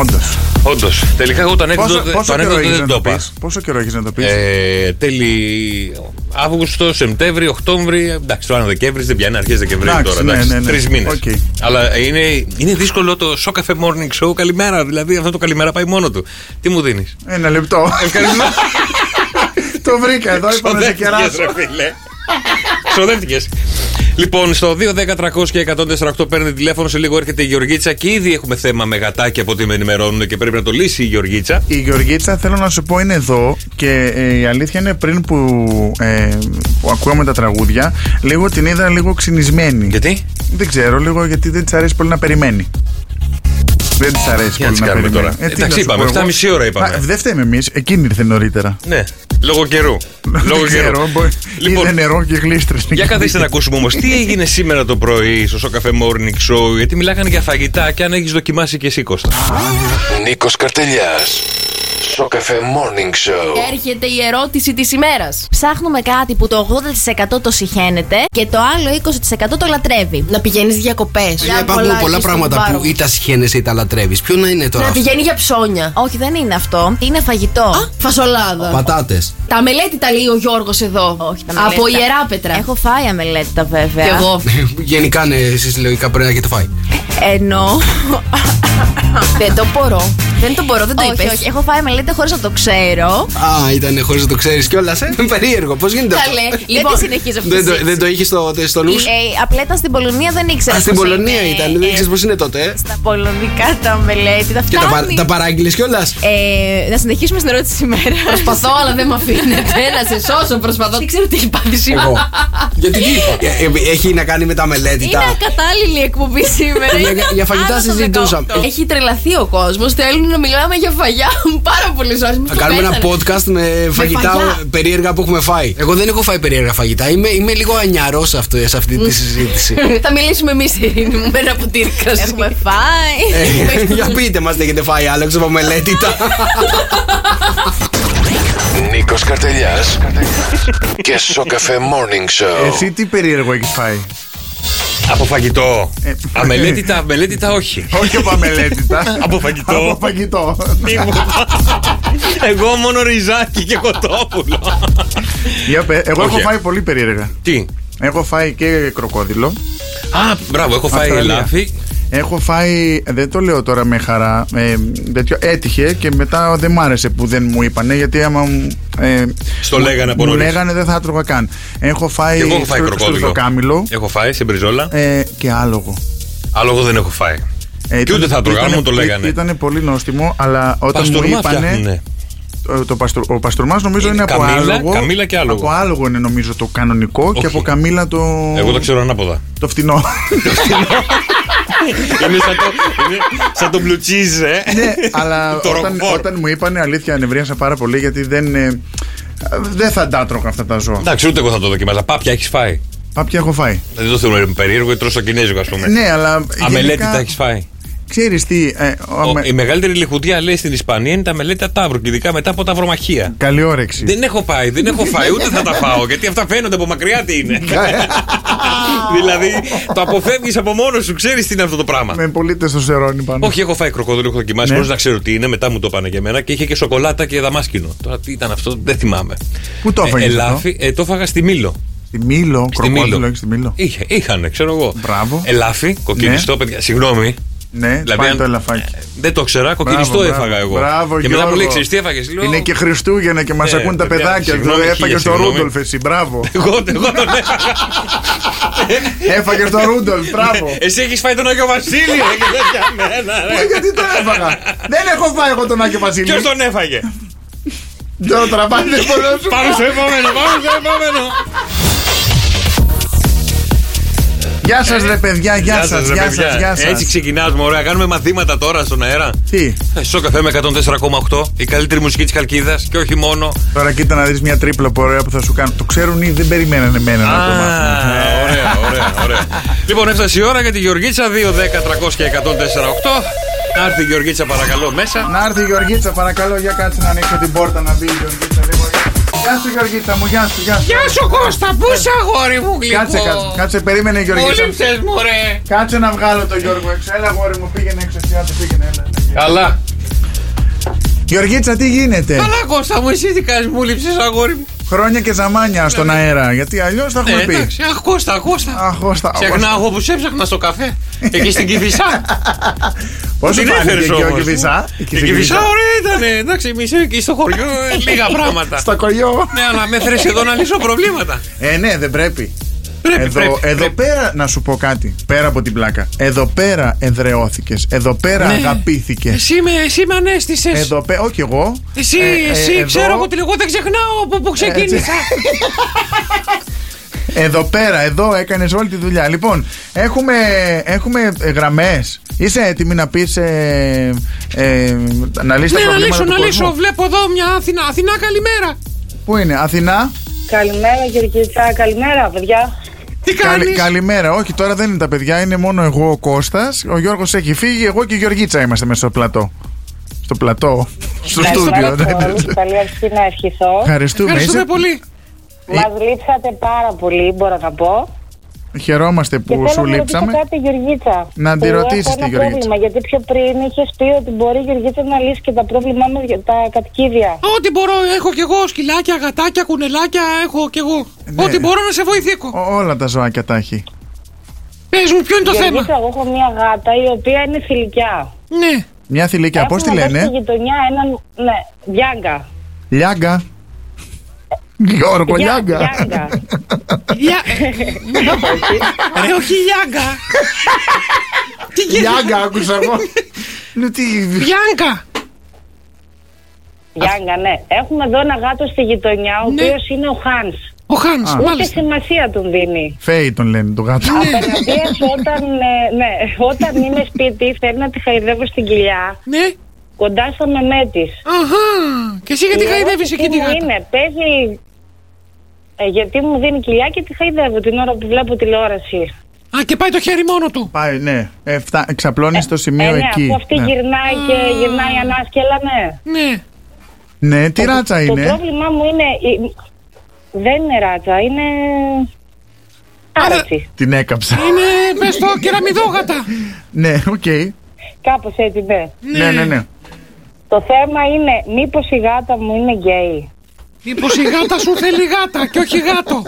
Speaker 9: Όντως.
Speaker 5: Όντως. Τελικά εγώ το ανέκδοτο
Speaker 9: Πόσο,
Speaker 5: Ε, το
Speaker 9: πόσο καιρό
Speaker 5: ανέκδοτο
Speaker 9: έχεις
Speaker 5: δεν
Speaker 9: να
Speaker 5: το
Speaker 9: το
Speaker 5: πει.
Speaker 9: πας? Πόσο καιρό έχεις να το πεις
Speaker 5: Ε, τέλη Αύγουστο, Σεπτέμβρη, Οκτώβρη. Εντάξει, το άλλο Δεκέμβρη δεν πιάνει, αρχές Δεκεμβρίου
Speaker 9: Εντάξει,
Speaker 5: τώρα.
Speaker 9: ναι,
Speaker 5: Εντάξει,
Speaker 9: ναι, ναι.
Speaker 5: Τρεις μήνες.
Speaker 9: Οκ.
Speaker 5: Αλλά είναι, είναι δύσκολο το show cafe morning show. Καλημέρα, δηλαδή αυτό το καλημέρα πάει μόνο του. Τι μου δίνεις.
Speaker 9: Ένα λεπτό
Speaker 5: Ευχαριστώ
Speaker 9: Το βρήκα εδώ είπα να σε
Speaker 5: Ξοδεύτηκες,
Speaker 9: κεράσω
Speaker 5: ρε φίλε. Ξοδεύτηκες. Λοιπόν, στο 210-300 και 148 παίρνετε τηλέφωνο. Σε λίγο έρχεται η Γεωργίτσα και ήδη έχουμε θέμα με γατάκια από ό,τι με ενημερώνουν και πρέπει να το λύσει η Γεωργίτσα.
Speaker 9: Η Γεωργίτσα θέλω να σου πω είναι εδώ και ε, η αλήθεια είναι πριν που, ε, που ακούγαμε τα τραγούδια λίγο την είδα λίγο ξυνισμένη
Speaker 5: Γιατί?
Speaker 9: Δεν ξέρω λίγο γιατί δεν της αρέσει πολύ να περιμένει δεν της αρέσει
Speaker 5: να
Speaker 9: πολύ
Speaker 5: της
Speaker 9: να
Speaker 5: κάνουμε
Speaker 9: περιμένει.
Speaker 5: τώρα.
Speaker 9: Ε, τι
Speaker 5: Εντάξει,
Speaker 9: να σου
Speaker 5: είπαμε,
Speaker 9: πω εγώ.
Speaker 5: 7,5 ώρα είπαμε.
Speaker 9: Α, Δεν φταίμε εμείς, εκείνη ήρθε νωρίτερα.
Speaker 5: Ναι, λόγω καιρού. Λόγω
Speaker 9: Δεν ξέρω,
Speaker 5: καιρού. Λοιπόν,
Speaker 9: μπορεί- είδε νερό και γλίστρες.
Speaker 5: Για καθίστε να ακούσουμε όμως τι έγινε σήμερα το πρωί στο Σοκαφέ Morning Show. Γιατί μιλάγανε για φαγητά και αν έχεις δοκιμάσει και εσύ Κώστα.
Speaker 3: Νίκος Καρτελιάς Στο καφέ Morning Show
Speaker 7: Έρχεται η ερώτηση της ημέρας. Ψάχνουμε κάτι που το 80% το συχαίνεται και το άλλο 20% το λατρεύει. Να πηγαίνεις διακοπές.
Speaker 10: Παιδιά, Ε, Υπάρχουν πολλά πράγματα που ή τα συχαίνεσαι ή τα λατρεύεις. Ποιο να είναι τώρα
Speaker 7: Να
Speaker 10: αυτό.
Speaker 7: πηγαίνει για ψώνια. Όχι, δεν είναι αυτό. Είναι φαγητό. Α, φασολάδα.
Speaker 10: Πατάτες.
Speaker 7: Τα μελέτη τα λέει ο Γιώργος εδώ. Όχι,
Speaker 14: τα
Speaker 7: Από
Speaker 14: μελέτητα.
Speaker 7: ιερά πέτρα.
Speaker 14: Έχω φάει αμελέτητα βέβαια.
Speaker 7: Κι εγώ.
Speaker 10: Γενικά, ναι, εσείς λογικά πρέπει να έχετε φάει.
Speaker 7: Ε,
Speaker 14: Ενώ.
Speaker 7: δεν το μπορώ. Δεν το μπορώ, δεν το
Speaker 14: όχι,
Speaker 7: είπες.
Speaker 14: όχι, έχω φάει αμελέτα χωρίς να το ξέρω.
Speaker 10: Α, ήταν χωρίς να το ξέρεις κιόλας, ε. Περίεργο, πώς γίνεται αυτό.
Speaker 14: Καλέ.
Speaker 7: Λοιπόν,
Speaker 14: δεν τη συνεχίζω αυτή
Speaker 10: Δεν
Speaker 14: τη
Speaker 10: το, δεν το είχες στο, στο νους. σου?
Speaker 14: Ε, απλά ήταν στην Πολωνία, δεν ήξερα.
Speaker 10: Α, στην
Speaker 14: πώς
Speaker 10: Πολωνία
Speaker 14: είναι,
Speaker 10: ήταν. Δεν
Speaker 14: ε,
Speaker 10: ήξερες πώς είναι τότε. ε.
Speaker 14: Στα πολωνικά τα αμελέτη, τα
Speaker 10: Και τα,
Speaker 14: φτάνει.
Speaker 10: πα- τα παράγγειλες κιόλας.
Speaker 14: Ε, να συνεχίσουμε στην ερώτηση της ημέρας.
Speaker 7: Προσπαθώ, αλλά δεν με αφήνετε. Να σε σώσω, προσπαθώ. Δεν ξέρω τι έχει πάθει
Speaker 10: Εγώ.
Speaker 7: σήμερα.
Speaker 10: Γιατί τι είπα. Ε, ε, Έχει να κάνει με τα
Speaker 7: Είναι
Speaker 10: μελέτητα.
Speaker 7: ακατάλληλη η εκπομπή σήμερα.
Speaker 10: Για-
Speaker 7: Είναι
Speaker 10: για φαγητά
Speaker 7: άλλος το
Speaker 10: συζητούσαμε.
Speaker 7: 18. Έχει τρελαθεί ο κόσμος. Θέλουν να μιλάμε για φαγιά πάρα πολλέ ώρε.
Speaker 10: Θα κάνουμε ένα podcast με φαγητά
Speaker 7: φαγιά.
Speaker 10: περίεργα που έχουμε φάει. Εγώ δεν έχω φάει περίεργα φαγητά. Είμαι, είμαι λίγο ανιαρός σε αυτή τη συζήτηση.
Speaker 7: Θα μιλήσουμε εμείς, Ειρήνη μου, με ένα ποτήρι κρασί. Έχουμε φάει.
Speaker 10: Ε, Για πείτε μας, τι έχετε φάει άλλο από μελέτητα.
Speaker 3: Νίκος Καρτελιάς Και στο καφέ Morning Show
Speaker 9: Εσύ τι περίεργο έχεις φάει.
Speaker 5: Από φαγητό.
Speaker 9: Ε,
Speaker 5: αμελέτητα, αμελέτητα όχι.
Speaker 9: Όχι από αμελέτητα.
Speaker 5: από φαγητό.
Speaker 9: Από φαγητό.
Speaker 5: Εγώ μόνο ριζάκι και κοτόπουλο.
Speaker 9: Για πε- Εγώ έχω
Speaker 5: Όχι.
Speaker 9: φάει πολύ περίεργα.
Speaker 5: Τι.
Speaker 9: Έχω φάει και κροκόδιλο.
Speaker 5: Α, μπράβο, έχω φάει
Speaker 9: Αυστραλία.
Speaker 5: λάφι.
Speaker 9: Έχω φάει, δεν το λέω τώρα με χαρά, ε, τέτοιο, έτυχε και μετά δεν μ' άρεσε που δεν μου είπανε γιατί άμα μου, ε,
Speaker 5: Στο
Speaker 9: μου-
Speaker 5: λέγανε από
Speaker 9: μου
Speaker 5: νωρίς.
Speaker 9: λέγανε δεν θα έτρωγα καν. Έχω φάει,
Speaker 5: Και εγώ έχω φάει
Speaker 9: στρου-
Speaker 5: κροκόδιλο.
Speaker 9: στουρθοκάμιλο,
Speaker 5: Έχω φάει σε μπριζόλα.
Speaker 9: ε, και άλογο. Ε,
Speaker 5: Αλλά εγώ δεν έχω φάει. και ούτε θα τρώγα, άμα μου το λέγανε.
Speaker 9: Ήταν πολύ νόστιμο, αλλά όταν μου
Speaker 5: Παστούρμα
Speaker 9: είπανε.
Speaker 5: φτιάχνουνε.
Speaker 9: Ε, Το, το παστου- ο παστούρμα νομίζω είναι,
Speaker 5: Είναι
Speaker 9: από
Speaker 5: καμήλα-
Speaker 9: άλογο.
Speaker 5: καμήλα Ε, και άλογο.
Speaker 9: Από άλογο είναι νομίζω το κανονικό και από καμήλα το,
Speaker 5: Εγώ το ξέρω ανάποδα.
Speaker 9: το φτηνό.
Speaker 5: είναι σαν το, είναι σαν το blue cheese, ε.
Speaker 9: ναι, αλλά
Speaker 5: Το
Speaker 9: όταν,
Speaker 5: ροκφόρ.
Speaker 9: όταν μου είπανε αλήθεια, ανεβρίασα πάρα πολύ γιατί δεν. ε, δεν θα τα τρώγα αυτά τα ζώα.
Speaker 5: Εντάξει, ούτε εγώ θα το δοκιμάζα. Πάπια έχεις φάει.
Speaker 9: Πάπια έχω φάει.
Speaker 5: Δεν το θεωρώ περίεργο ή τρώω στο κινέζικο, ας πούμε.
Speaker 9: Ναι, αλλά.
Speaker 5: Αμελέτητα έχεις φάει.
Speaker 9: Ξέρεις τι. ε, ο-
Speaker 5: Ο-
Speaker 9: αμε-
Speaker 5: Η μεγαλύτερη λιχουδιά λέει στην Ισπανία είναι τα μελέτα τάβρου και ειδικά μετά από τα βρομαχία.
Speaker 9: Καλή όρεξη.
Speaker 5: Δεν έχω πάει, δεν έχω φάει, ούτε θα τα φάω γιατί αυτά φαίνονται από μακριά τι είναι. δηλαδή το αποφεύγεις από μόνο σου, ξέρεις τι είναι αυτό το πράγμα.
Speaker 9: Με πολίτες στο σερόνι πάνω.
Speaker 5: Όχι, έχω φάει κροκόδιλο, έχω δοκιμάσει
Speaker 9: Ναι.
Speaker 5: χωρί να ξέρω τι είναι. Μετά μου το πάνε για μένα και είχε και σοκολάτα και δαμάσκινο. Τώρα τι ήταν αυτό, δεν θυμάμαι.
Speaker 9: Πού το έφαγες αυτό?
Speaker 5: ελάφι, ε, το έφαγα στη Μήλο.
Speaker 9: Στη Μήλο, κροκόδιλο
Speaker 5: Μήλο.
Speaker 9: έχεις στη Μήλο.
Speaker 5: Είχε, είχανε, ξέρω εγώ.
Speaker 9: Μπράβο.
Speaker 5: Ελάφι, κοκκινιστό, παιδιά. Συγγνώμη.
Speaker 9: Ναι,
Speaker 5: Δηλαδή,
Speaker 9: πάει
Speaker 5: αν-
Speaker 9: το ελαφάκι.
Speaker 5: Δεν το ξέρα, κοκκινιστό
Speaker 9: Μπράβο,
Speaker 5: έφαγα
Speaker 9: μπράβο.
Speaker 5: εγώ.
Speaker 9: Μπράβο,
Speaker 5: και μετά μου λέει:
Speaker 9: Γιώργο.
Speaker 5: «Ξέρεις τι έφαγες. Λέω,
Speaker 9: Είναι και Χριστούγεννα και μας
Speaker 5: Ναι,
Speaker 9: ακούν τα
Speaker 5: παιδιά,
Speaker 9: παιδάκια.
Speaker 5: συγγνώμη,
Speaker 9: Το
Speaker 5: χίλια
Speaker 9: έφαγε το
Speaker 5: συγγνώμη.
Speaker 9: Ρούντολφ, εσύ. Μπράβο.
Speaker 5: Εγώ, εγώ τον έφαγα.
Speaker 9: Έφαγες το Ρούντολφ, μπράβο.
Speaker 5: Εσύ έχεις φάει τον Άγιο Βασίλη, ρε, και δεν για μένα, ρε.
Speaker 9: Ε, Γιατί το έφαγα. Δεν έχω φάει εγώ τον Άγιο Βασίλη.
Speaker 5: Ποιος τον έφαγε.
Speaker 9: Το τραβάει, δεν μπορώ να σου
Speaker 5: Πάμε στο επόμενο, πάμε στο επόμενο.
Speaker 9: Γεια σας, ρε παιδιά, γεια σα,
Speaker 15: ρε
Speaker 9: γεια
Speaker 15: παιδιά.
Speaker 9: σας, γεια σα.
Speaker 15: Έτσι ξεκινά, ωραία. Κάνουμε μαθήματα τώρα στον αέρα. Ε,
Speaker 9: Τι.
Speaker 15: Σο καφέ με 104,8. Η καλύτερη μουσική της Καλκίδας και όχι μόνο.
Speaker 9: Τώρα κοίτα να δεις μια τρίπλα πορεία που θα σου κάνω. Το ξέρουν ή δεν περιμένανε εμένα να το μάθουν.
Speaker 15: Α, Ωραία, ωραία, ωραία. Λοιπόν, έφτασε η ώρα για τη Γεωργίτσα. 2, 10, 300 και 104,8. Να έρθει η Γεωργίτσα, παρακαλώ, μέσα.
Speaker 9: Να έρθει η Γεωργίτσα, παρακαλώ, για κάτσε να ανοίξω την πόρτα να μπει η Γεωργίτσα. λίγο. Γεια σου, Γεωργίτσα μου, γεια σου, γεια σου.
Speaker 16: Γεια σου, Κώστα, πού είσαι, αγόρι μου, γλυκό?
Speaker 9: Κάτσε, κάτσε, κάτσε, περίμενε η Γεωργίτσα.
Speaker 16: Πολύ ψες, μωρέ.
Speaker 9: Κάτσε να βγάλω τον Γιώργο έξω. Έλα, αγόρι μου, πήγαινε έξω, εσύ το πήγαινε, έλα.
Speaker 15: Καλά.
Speaker 9: Γεωργίτσα, τι γίνεται.
Speaker 5: Καλά, Κώστα μου, εσύ τι κάνεις, μου λείψεις αγόρι μου.
Speaker 9: Χρόνια και ζαμάνια στον αέρα, γιατί αλλιώς θα έχουμε
Speaker 5: Ναι,
Speaker 9: πει.
Speaker 5: εντάξει, αχ, Κώστα, Κώστα.
Speaker 9: Αχ, Κώστα.
Speaker 5: Ξεχνάω εγώ που σε έψαχνα στο καφέ. Εκεί στην Κηφισά.
Speaker 9: Πώς
Speaker 5: Την
Speaker 9: σου φάνηκε
Speaker 5: έφερες
Speaker 9: και ο
Speaker 5: όμως.
Speaker 9: Κηφισά?
Speaker 5: Η
Speaker 9: Και στην
Speaker 5: Κηφισά,
Speaker 9: Κηφισά.
Speaker 5: ωραία ήταν. Εντάξει, εμείς εκεί στο χωριό ε, λίγα πράγματα.
Speaker 9: Στα κολλιό.
Speaker 5: Ναι, αλλά με έφερες εδώ να λύσω προβλήματα.
Speaker 9: Ε, ναι, δεν πρέπει. εδώ
Speaker 5: πρέπει,
Speaker 9: εδώ πέρα να σου πω κάτι. Πέρα από την πλάκα. Εδώ πέρα εδρεώθηκες. Εδώ πέρα
Speaker 5: Ναι.
Speaker 9: αγαπήθηκες.
Speaker 5: Εσύ με, εσύ με ανέστησες.
Speaker 9: Ε. Εδώ πέρα, όχι εγώ.
Speaker 5: Εσύ,
Speaker 9: Ε, ε,
Speaker 5: εσύ
Speaker 9: εδώ- Ε,
Speaker 5: ξέρω εγώ ότι εγώ δεν ξεχνάω από που ξεκίνησα.
Speaker 9: Εδώ πέρα, εδώ έκανες όλη τη δουλειά. Λοιπόν, έχουμε, έχουμε γραμμές. Είσαι έτοιμη να πεις. Ε, ε, να λύσεις
Speaker 5: ναι,
Speaker 9: τα
Speaker 5: να
Speaker 9: προβλήματα
Speaker 5: λύσω,
Speaker 9: του
Speaker 5: να
Speaker 9: κόσμου.
Speaker 5: λύσω. Βλέπω εδώ μια Αθηνά. Αθηνά, καλημέρα.
Speaker 9: Πού είναι, Αθηνά.
Speaker 13: Καλημέρα, Γεωργίτσα. Καλημέρα, παιδιά.
Speaker 5: Τι
Speaker 9: Καλη, καλημέρα. Όχι, τώρα δεν είναι τα παιδιά, είναι μόνο εγώ ο Κώστας Ο Γιώργος έχει φύγει, εγώ και η Γεωργίτσα είμαστε μέσα στο πλατό. Στο πλατό. Στο στούντιο. ναι, ναι, ναι.
Speaker 13: Καλή καλή αρχή να ευχηθώ.
Speaker 9: Ευχαριστούμε. Ευχαριστούμε Είσαι-
Speaker 5: πολύ.
Speaker 9: Ε,
Speaker 13: Μας λείψατε πάρα πολύ, μπορώ να πω.
Speaker 9: Χαιρόμαστε
Speaker 13: Και
Speaker 9: που
Speaker 13: θέλω
Speaker 9: σου
Speaker 13: να ρωτήσω
Speaker 9: λείψαμε.
Speaker 13: κάτι, Γεωργίτσα.
Speaker 9: Να τη
Speaker 13: που
Speaker 9: ρωτήσεις
Speaker 13: έχω ένα
Speaker 9: τη Γεωργίτσα.
Speaker 13: πρόβλημα, γιατί πιο πριν είχες πει ότι μπορεί η Γεωργίτσα να λύσει και τα πρόβλημά μας για τα κατοικίδια.
Speaker 5: Ό,τι μπορώ, έχω κι εγώ σκυλάκια, γατάκια, κουνελάκια, έχω κι εγώ.
Speaker 9: Ναι.
Speaker 5: Ό,τι μπορώ να σε βοηθήσω.
Speaker 9: Ό, όλα τα ζωάκια τα έχει.
Speaker 5: Πες μου, ποιο είναι το
Speaker 13: Γεωργίτσα,
Speaker 5: θέμα.
Speaker 13: εγώ έχω μια γάτα η οποία είναι θηλυκιά.
Speaker 5: Ναι.
Speaker 9: Μια θηλυκιά, πώς τη λένε.
Speaker 13: Στη γειτονιά έναν. Ναι, Γιάγκα.
Speaker 9: Λιάγκα. Γιώργο,
Speaker 13: Γεια-
Speaker 9: Λιάγκα.
Speaker 13: Γιάγκα.
Speaker 5: Ρε, όχι Γιάγκα. Τι γίνεται?
Speaker 9: Λιάγκα, άκουσα εγώ. Λέω, τι.
Speaker 5: Γιάγκα.
Speaker 13: Γιάγκα, ναι. Έχουμε εδώ ένα γάτο στη γειτονιά, ο
Speaker 5: Ναι.
Speaker 13: οποίος είναι ο Χάν.
Speaker 5: Ο Χάνς,
Speaker 9: Α.
Speaker 13: Ούτε
Speaker 9: μάλιστα.
Speaker 13: σημασία τον δίνει.
Speaker 9: Φέι τον λένε το γάτο.
Speaker 13: Ναι. Απέναντίας όταν, ε, ναι, όταν είμαι σπίτι θέλει να τη χαϊδεύω στην κοιλιά.
Speaker 5: Ναι.
Speaker 13: Κοντά στο μεμέ της.
Speaker 5: Αχα. Και
Speaker 9: Ε,
Speaker 5: εσύ γιατί χαϊδεύεις εκεί τη γάτα?
Speaker 13: Είναι, παίζει... Ε, γιατί μου δίνει κοιλιά και τη χαϊδεύω την ώρα που βλέπω τηλεόραση.
Speaker 5: Α, και πάει το χέρι μόνο του.
Speaker 9: Πάει, ναι. Ε, φτά- Εξαπλώνει στο
Speaker 13: Ε,
Speaker 9: σημείο
Speaker 13: ναι,
Speaker 9: εκεί.
Speaker 13: αφού αυτή
Speaker 9: Ναι.
Speaker 13: γυρνάει και γυρνάει ανάσκελα, ναι.
Speaker 5: Ναι.
Speaker 9: Ναι, τι ράτσα
Speaker 13: Το
Speaker 9: είναι.
Speaker 13: πρόβλημά μου είναι... η- Δεν είναι ράτσα, είναι... Άραξη.
Speaker 9: Την έκαψα.
Speaker 13: Ναι.
Speaker 5: Είναι, πες το, κεραμιδόγατα.
Speaker 9: Ναι, οκ.
Speaker 13: Κάπως έτσι, ναι.
Speaker 9: Ναι, ναι, ναι.
Speaker 13: Το θέμα είναι μήπως η γάτα μου είναι γκέι.
Speaker 5: Μήπως η γάτα σου θέλει γάτα και όχι γάτο.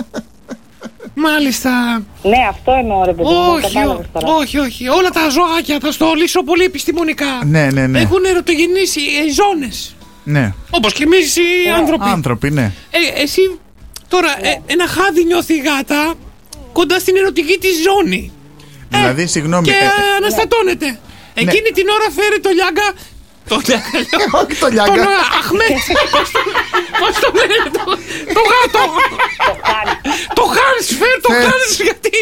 Speaker 5: Μάλιστα.
Speaker 13: Ναι, αυτό εννοώ ρε παιδί μου.
Speaker 5: Όχι,
Speaker 13: κατάλαβες τώρα.
Speaker 5: όχι, όχι. Όλα τα ζωάκια θα στο λύσω πολύ επιστημονικά.
Speaker 9: Ναι, ναι, ναι.
Speaker 5: Έχουν ερωτογενήσει ε, ζώνες.
Speaker 9: Ναι.
Speaker 5: Όπως και εμείς οι άνθρωποι.
Speaker 9: Άνθρωποι, ναι.
Speaker 5: Ε, εσύ τώρα ε, ένα χάδι νιώθει η γάτα κοντά στην ερωτική της ζώνη
Speaker 9: Δηλαδή, συγγνώμη.
Speaker 5: και
Speaker 9: ε, ε, Ναι.
Speaker 5: αναστατώνεται. Εκείνη την ώρα φέρει το λιάγκα. Το λιάγκα. λέω.
Speaker 9: Όχι το λιάγκα.
Speaker 5: Τον ε, Αχμέτ. Πώς το- Πώς το λένε το, το γάτο. το Χάνς φέρ το Χάνς γιατί,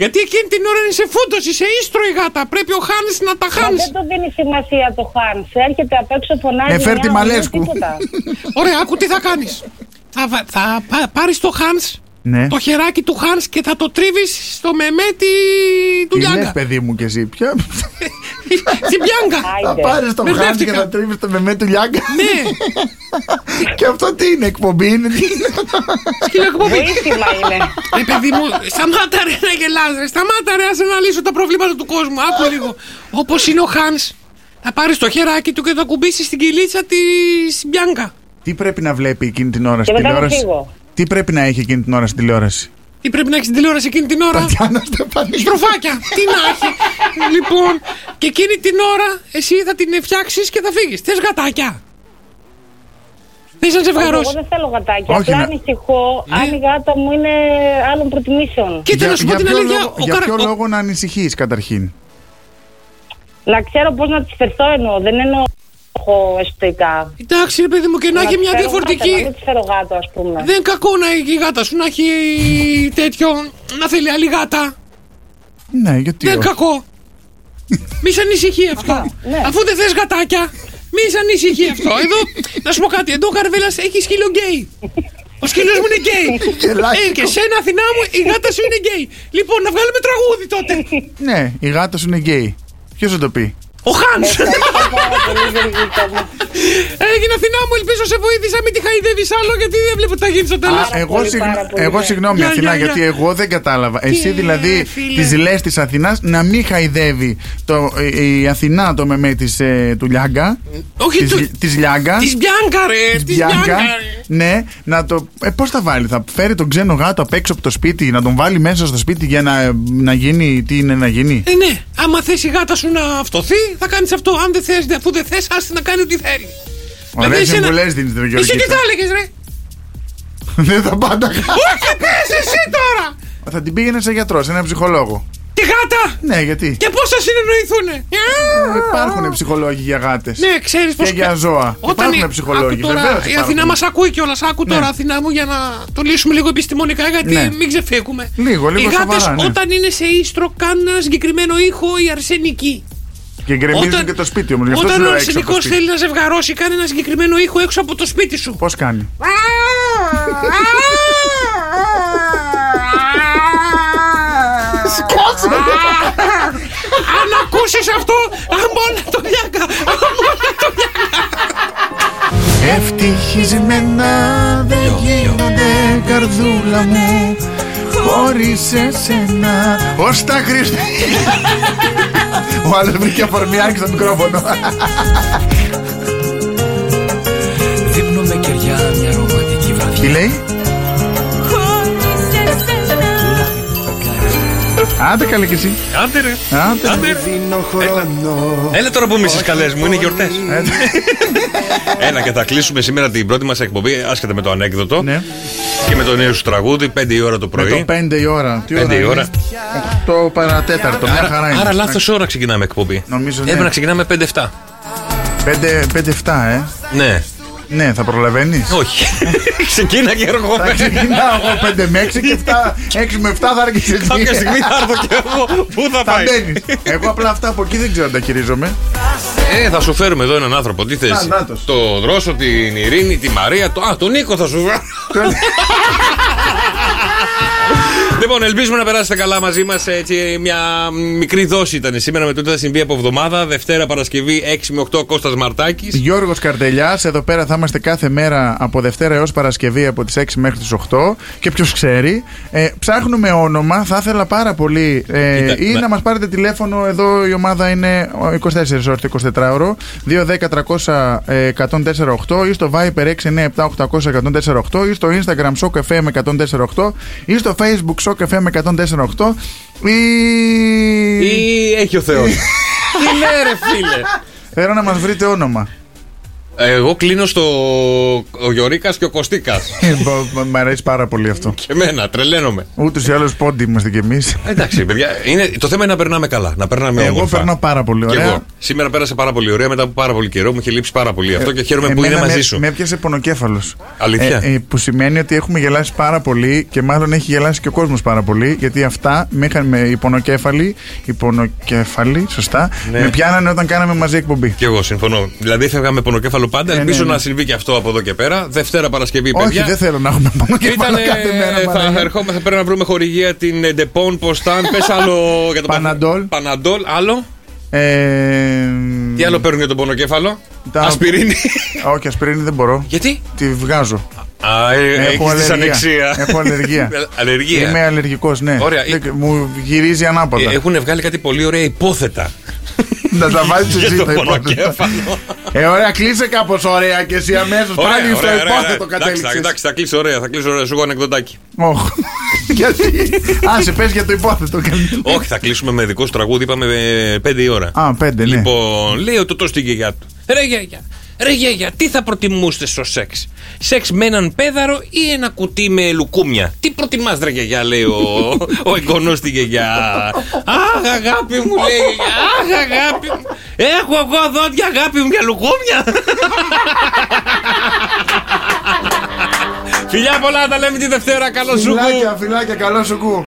Speaker 5: γιατί εκείνη την ώρα είναι σε φούντωση, σε ίστρο η γάτα. Πρέπει ο Χάνς να τα
Speaker 13: Μα
Speaker 5: χάνεις.
Speaker 13: δεν το δίνει σημασία το Χάνς. Έρχεται απ' έξω φωνάζει.
Speaker 9: Ε, φέρ
Speaker 13: μια
Speaker 9: τη
Speaker 13: ουρλή,
Speaker 9: Μαλέσκου.
Speaker 13: τίποτα.
Speaker 5: Ωραία, άκου τι θα κάνεις. θα βα- θα πα- πάρεις το Χάνς,
Speaker 9: Ναι.
Speaker 5: το χεράκι του Χάνς και θα το τρίβεις στο μεμέτι του
Speaker 9: Τι ε, λες
Speaker 5: Λιάγκα.
Speaker 9: παιδί μου και εσύ πια
Speaker 5: Στην Πιάγκα.
Speaker 9: Θα πάρεις τον χάντη και θα τρίβεις το μεμέ του Λιάγκα
Speaker 5: Ναι,
Speaker 9: Και αυτό τι είναι εκπομπή είναι τι είναι?
Speaker 5: σκύλο εκπομπή.
Speaker 13: Βοήθημα είναι.
Speaker 5: Ρε παιδί μου, σταμάτα ρε να γελάς ρε. Σταμάτα ρε, άσε να λύσω τα προβλήματα του κόσμου. Άκου λίγο. Όπως είναι ο Χάνς, θα πάρεις το χεράκι του και θα κουμπίσεις στην κυλίτσα της Μπιάνκα.
Speaker 9: Τι πρέπει να βλέπει εκείνη την ώρα
Speaker 13: Και
Speaker 9: στην
Speaker 13: μετά θα
Speaker 9: τηλεόραση
Speaker 13: φύγω.
Speaker 9: Τι πρέπει να έχει εκείνη την ώρα στην τηλεόραση
Speaker 5: Τι πρέπει να έχεις την τηλεόραση εκείνη την ώρα.
Speaker 9: Τατιάνα Στεφανίδη
Speaker 5: Στροφάκια, τι να έχει. λοιπόν, και εκείνη την ώρα εσύ θα την φτιάξεις και θα φύγεις. Θες γατάκια. Θες να
Speaker 13: Εγώ
Speaker 5: ζευγαρώσει.
Speaker 13: δεν θέλω γατάκια.
Speaker 9: Όχι,
Speaker 13: Απλά
Speaker 5: ναι.
Speaker 9: να-
Speaker 13: ανησυχώ αν η γάτα μου είναι άλλων προτιμήσεων.
Speaker 5: Κοίτα
Speaker 9: Για-
Speaker 5: να σου πω
Speaker 9: για
Speaker 5: την
Speaker 9: ποιο
Speaker 5: αλήθεια.
Speaker 9: λόγο-
Speaker 5: ο
Speaker 9: Για
Speaker 5: καρα-
Speaker 9: ποιο
Speaker 5: ο-
Speaker 9: λόγο να ανησυχείς καταρχήν
Speaker 13: Να ξέρω πώς να τη φερθώ εννοώ. Δεν εννοώ έχω εσωτερικά.
Speaker 5: Εντάξει, ρε παιδί μου, και να έχει
Speaker 13: τις
Speaker 5: μια
Speaker 13: φέρω γάτα,
Speaker 5: διαφορετική.
Speaker 13: να μην τη φέρω γάτο, ας πούμε.
Speaker 5: Δεν κακό να έχει η γάτα σου να έχει τέτοιο. Να θέλει άλλη γάτα.
Speaker 9: Ναι, γιατί.
Speaker 8: Δεν είναι
Speaker 9: όχι.
Speaker 8: κακό. Μη σε ανησυχεί αυτό. Αφού δεν θες γατάκια, μη σε ανησυχεί αυτό. Εδώ, να σου πω κάτι. Εδώ ο Καρβέλας έχει σκύλο γκέι. Ο σκύλος μου είναι γκέι.
Speaker 9: Γελάει.
Speaker 8: ε, και σένα, Αθηνά μου, η γάτα σου είναι γκέι. Λοιπόν, να βγάλουμε τραγούδι τότε.
Speaker 9: Ναι, η γάτα σου είναι γκέι. Ποιος θα το πει.
Speaker 8: Ο Χάν. Έγινε Ε, Αθηνά μου, ελπίζω σε βοήθησα. Μην τη χαϊδεύεις άλλο, γιατί δεν βλέπω τι θα γίνει στο τέλος.
Speaker 9: Α, εγώ, συγγνω- εγώ συγγνώμη,
Speaker 8: Γεια,
Speaker 9: Αθηνά,
Speaker 8: γεια,
Speaker 9: γιατί
Speaker 8: γεια.
Speaker 9: εγώ δεν κατάλαβα. Εσύ δηλαδή
Speaker 8: φίλε.
Speaker 9: τις ζηλέ της Αθηνάς να μην χαϊδεύει το, η- η Αθηνά το μεμέ της, ε, του Λιάγκα.
Speaker 8: Όχι
Speaker 9: ε, της,
Speaker 8: του-
Speaker 9: Της Λιάγκα.
Speaker 8: Της Μπιάνκα, ρε.
Speaker 9: της
Speaker 8: Της
Speaker 9: Μπιάνκα.
Speaker 8: Μπιάνκα.
Speaker 9: Ναι, να το. Ε, Πώς θα βάλει, θα φέρει τον ξένο γάτο απ' έξω από το σπίτι, να τον βάλει μέσα στο σπίτι για να, να γίνει. Τι είναι να γίνει.
Speaker 8: Ε, ναι, άμα θε η γάτα σου να αυτοθεί, θα κάνεις αυτό. Αν δεν θες, αφού δεν θες, άσε να κάνει ό,τι θέλει.
Speaker 9: Ωραίε
Speaker 8: δηλαδή, σε ένα-
Speaker 9: συμβουλέ δίνεις την
Speaker 8: Εσύ τι
Speaker 9: Γεωργία.
Speaker 8: θα έλεγες, ρε.
Speaker 9: Δεν θα πάντα.
Speaker 8: Όχι, πες εσύ τώρα!
Speaker 9: Θα την πήγαινε σε γιατρός, σε έναν ψυχολόγο.
Speaker 8: Τη γάτα!
Speaker 9: Ναι, γιατί.
Speaker 8: Και πώς θα συνεννοηθούνε.
Speaker 9: Ε, Υπάρχουν ψυχολόγοι για γάτες.
Speaker 8: Ναι, ξέρεις πώ.
Speaker 9: Και για ζώα. Υπάρχουν ψυχολόγοι. Βεβαίως
Speaker 8: τώρα, η
Speaker 9: υπάρχουν.
Speaker 8: Αθηνά μας ακούει κιόλας. Άκου τώρα,
Speaker 9: Ναι.
Speaker 8: Αθηνά μου, για να το λύσουμε λίγο επιστημονικά, γιατί
Speaker 9: Ναι.
Speaker 8: μην ξεφύγουμε.
Speaker 9: Λίγο, λίγο
Speaker 8: Οι γάτε,
Speaker 9: σοβαρά, ναι.
Speaker 8: όταν είναι σε ίστρο, κάνουν ένα συγκεκριμένο ήχο η αρσενική.
Speaker 9: Και γκρεμίζουν
Speaker 8: Όταν-
Speaker 9: και το σπίτι όμως.
Speaker 8: Όταν ο αρσενικό θέλει να ζευγαρώσει, κάνει ένα συγκεκριμένο ήχο έξω από το σπίτι σου.
Speaker 9: Πώς κάνει.
Speaker 8: Σκότσε! Αν ακούσεις αυτό, αμόνα το λιάκα! Αμόνα το
Speaker 9: Ευτυχισμένα δεν γίνονται καρδούλα
Speaker 8: Ναι.
Speaker 9: μου χωρίς εσένα Ως τα Χριστέ Ο άλλος βρήκε αφορμή άρχισε το μικρόφωνο
Speaker 10: Δείπνο με κεριά μια ρομαντική βραδιά.
Speaker 9: Τι λέει Άντε καλέ κι εσύ
Speaker 5: Άντε ρε.
Speaker 9: Άντε.
Speaker 5: Άντε. Έλα τώρα που μισείς καλές μου, είναι γιορτές.
Speaker 9: Ε, ναι.
Speaker 5: Ένα και θα κλείσουμε σήμερα την πρώτη μας εκπομπή, άσχετα με το ανέκδοτο. Και με το νέο σου τραγούδι, 5 η ώρα το
Speaker 9: Ναι. Με το
Speaker 5: πρωί.
Speaker 9: 5 η ώρα Τι
Speaker 5: 5 η
Speaker 9: είναι?
Speaker 5: ώρα.
Speaker 9: Το παρατέταρτο, μια
Speaker 5: Άρα,
Speaker 9: χαρά είναι
Speaker 5: άρα λάθος ώρα ξεκινάμε εκπομπή.
Speaker 9: Νομίζω ναι.
Speaker 5: Έπρεπε να ξεκινάμε 5-7.
Speaker 9: 5-7 ε
Speaker 5: Ναι.
Speaker 9: Ναι, θα προλαβαίνεις
Speaker 5: Όχι. Ξεκίνα και
Speaker 9: Θα
Speaker 5: έρχομαι.
Speaker 9: ξεκινάω εγώ 5 με 6 και 7, 6 με 7 θα άρχισε εσύ.
Speaker 5: Κάποια στιγμή θα έρθω και εγώ. Πού θα πάει.
Speaker 9: μπαίνεις. Εγώ απλά αυτά από εκεί δεν ξέρω αν τα χειρίζομαι.
Speaker 5: Ε, θα σου φέρουμε εδώ έναν άνθρωπο. Τι θες.
Speaker 9: Να, νάτος.
Speaker 5: Το Δρόσο, την Ειρήνη, τη Μαρία. Το... Α, τον Νίκο θα σου βρω. Λοιπόν, ελπίζουμε να περάσετε καλά μαζί μας. Μια μικρή δόση ήταν σήμερα με το τι θα συμβεί από εβδομάδα. Δευτέρα Παρασκευή 6 με 8 Κώστας Μαρτάκης.
Speaker 9: Γιώργος Καρτελιάς, εδώ πέρα θα είμαστε κάθε μέρα από Δευτέρα έως Παρασκευή από τις 6 μέχρι τις 8. Και ποιος ξέρει, ε, ψάχνουμε όνομα. Θα ήθελα πάρα πολύ ε,
Speaker 5: Κοίτα,
Speaker 9: ή
Speaker 5: μα-
Speaker 9: να μας πάρετε τηλέφωνο. Εδώ η ομάδα είναι 24 ώρε το 24ωρο. 2-10-300-1048 ή στο Viper 697-800-1048 ή στο Instagram Shock FM 1048 ή στο Facebook Shock FM 1048 ή.
Speaker 5: Ή έχει ο Θεός. Τι ναι, ρε φίλε.
Speaker 9: Θέλω να μας βρείτε όνομα.
Speaker 5: Εγώ κλείνω στο ο Γιωρίκας και ο Κωστίκας.
Speaker 9: Ε, μ- μ- Μ' αρέσει πάρα πολύ αυτό.
Speaker 5: Και εμένα, τρελαίνομαι.
Speaker 9: Ούτως ή άλλως πόντι είμαστε κι εμείς.
Speaker 5: Εντάξει, παιδιά, είναι, το θέμα είναι να περνάμε καλά. Να περνάμε
Speaker 9: Εγώ
Speaker 5: Ναι, όμορφα.
Speaker 9: περνάω πάρα πολύ
Speaker 5: Και
Speaker 9: ωραία.
Speaker 5: εγώ. Σήμερα πέρασα πάρα πολύ ωραία μετά από πάρα πολύ καιρό. Μου είχε λείψει πάρα πολύ αυτό και χαίρομαι που
Speaker 9: Ε, Εμένα
Speaker 5: είναι
Speaker 9: με-
Speaker 5: μαζί σου.
Speaker 9: Με έπιασε πονοκέφαλος.
Speaker 5: Αλήθεια?
Speaker 9: που σημαίνει ότι έχουμε γελάσει πάρα πολύ και μάλλον έχει γελάσει και ο κόσμος πάρα πολύ. Γιατί αυτά με είχαν με οι πονοκέφαλοι, οι πονοκέφαλοι, σωστά,
Speaker 5: Ναι.
Speaker 9: με πιάνανε όταν κάναμε μαζί εκπομπή.
Speaker 5: Κι εγώ συμφωνώ. Δηλαδή έφευγα με πονοκέφαλο πάντα.
Speaker 9: ναι,
Speaker 5: Ελπίζω
Speaker 9: ναι.
Speaker 5: να συμβεί και αυτό από εδώ και πέρα. Δευτέρα Παρασκευή,
Speaker 9: Όχι,
Speaker 5: παιδιά.
Speaker 9: δεν θέλω να έχουμε πονοκέφαλο
Speaker 5: Ήτανε,
Speaker 9: κάθε μέρα.
Speaker 5: θα
Speaker 9: Μαρία.
Speaker 5: ερχόμαστε πέρα να βρούμε χορηγία την ε, Ντεπών Ποστάν. Πες άλλο για τον Παναντόλ. Παναντόλ, άλλο.
Speaker 9: Ε,
Speaker 5: Τι άλλο παίρνουν για τον πονοκέφαλο.
Speaker 9: τα-
Speaker 5: Ασπιρίνη.
Speaker 9: Όχι, ασπιρίνη δεν μπορώ.
Speaker 5: Γιατί?
Speaker 9: Τη βγάζω.
Speaker 5: Α, ε,
Speaker 9: Έχω
Speaker 5: έχεις
Speaker 9: αλλεργία.
Speaker 5: ανεξία.
Speaker 9: Έχω αλλεργία.
Speaker 5: αλλεργία.
Speaker 9: Είμαι αλλεργικός, ναι.
Speaker 5: Ωραία.
Speaker 9: Δεν- Μου γυρίζει ανάποδα.
Speaker 5: Ε, Έχουν βγάλει κάτι πολύ ωραία υπόθετα.
Speaker 9: Να τα βάζεις
Speaker 5: Για
Speaker 9: εσύ
Speaker 5: το
Speaker 9: τα υπόθετα.
Speaker 5: πονοκέφαλο.
Speaker 9: Ε, ωραία, κλείσε κάπως ωραία και εσύ αμέσως.
Speaker 5: Ωραία,
Speaker 9: Πάλι στο
Speaker 5: ωραία, ωραία,
Speaker 9: υπόθετο
Speaker 5: ωραία. Εντάξει,
Speaker 9: κατέληξες.
Speaker 5: Εντάξει, θα κλείσω ωραία. Θα κλείσω ωραία. Σου έχω ανεκδοτάκι.
Speaker 9: Όχι. Γιατί. Άσε, πες για το υπόθετο. καλύτερα.
Speaker 5: Όχι, θα κλείσουμε με δικό σου τραγούδι. Είπαμε 5 η ώρα.
Speaker 9: Α, πέντε, ναι.
Speaker 5: Λοιπόν, λέει ο Τωτός στην γιαγιά του. Ρε γιαγιά, ρε γιαγιά, τι θα προτιμούσετε στο σεξ. Σεξ με έναν πέδαρο ή ένα κουτί με λουκούμια. Τι προτιμάς ρε γιαγιά, λέει ο, ο εγγονός στην γιαγιά. Αχ, αγάπη μου, λέει η γιαγιά. Αχ, αγάπη μου. Έχω εγώ δόντια αγάπη μου για λουκούμια. Φιλιά πολλά, τα λέμε τη Δευτέρα. Καλό σου.
Speaker 9: Φιλάκια, φιλάκια, καλό σου κου.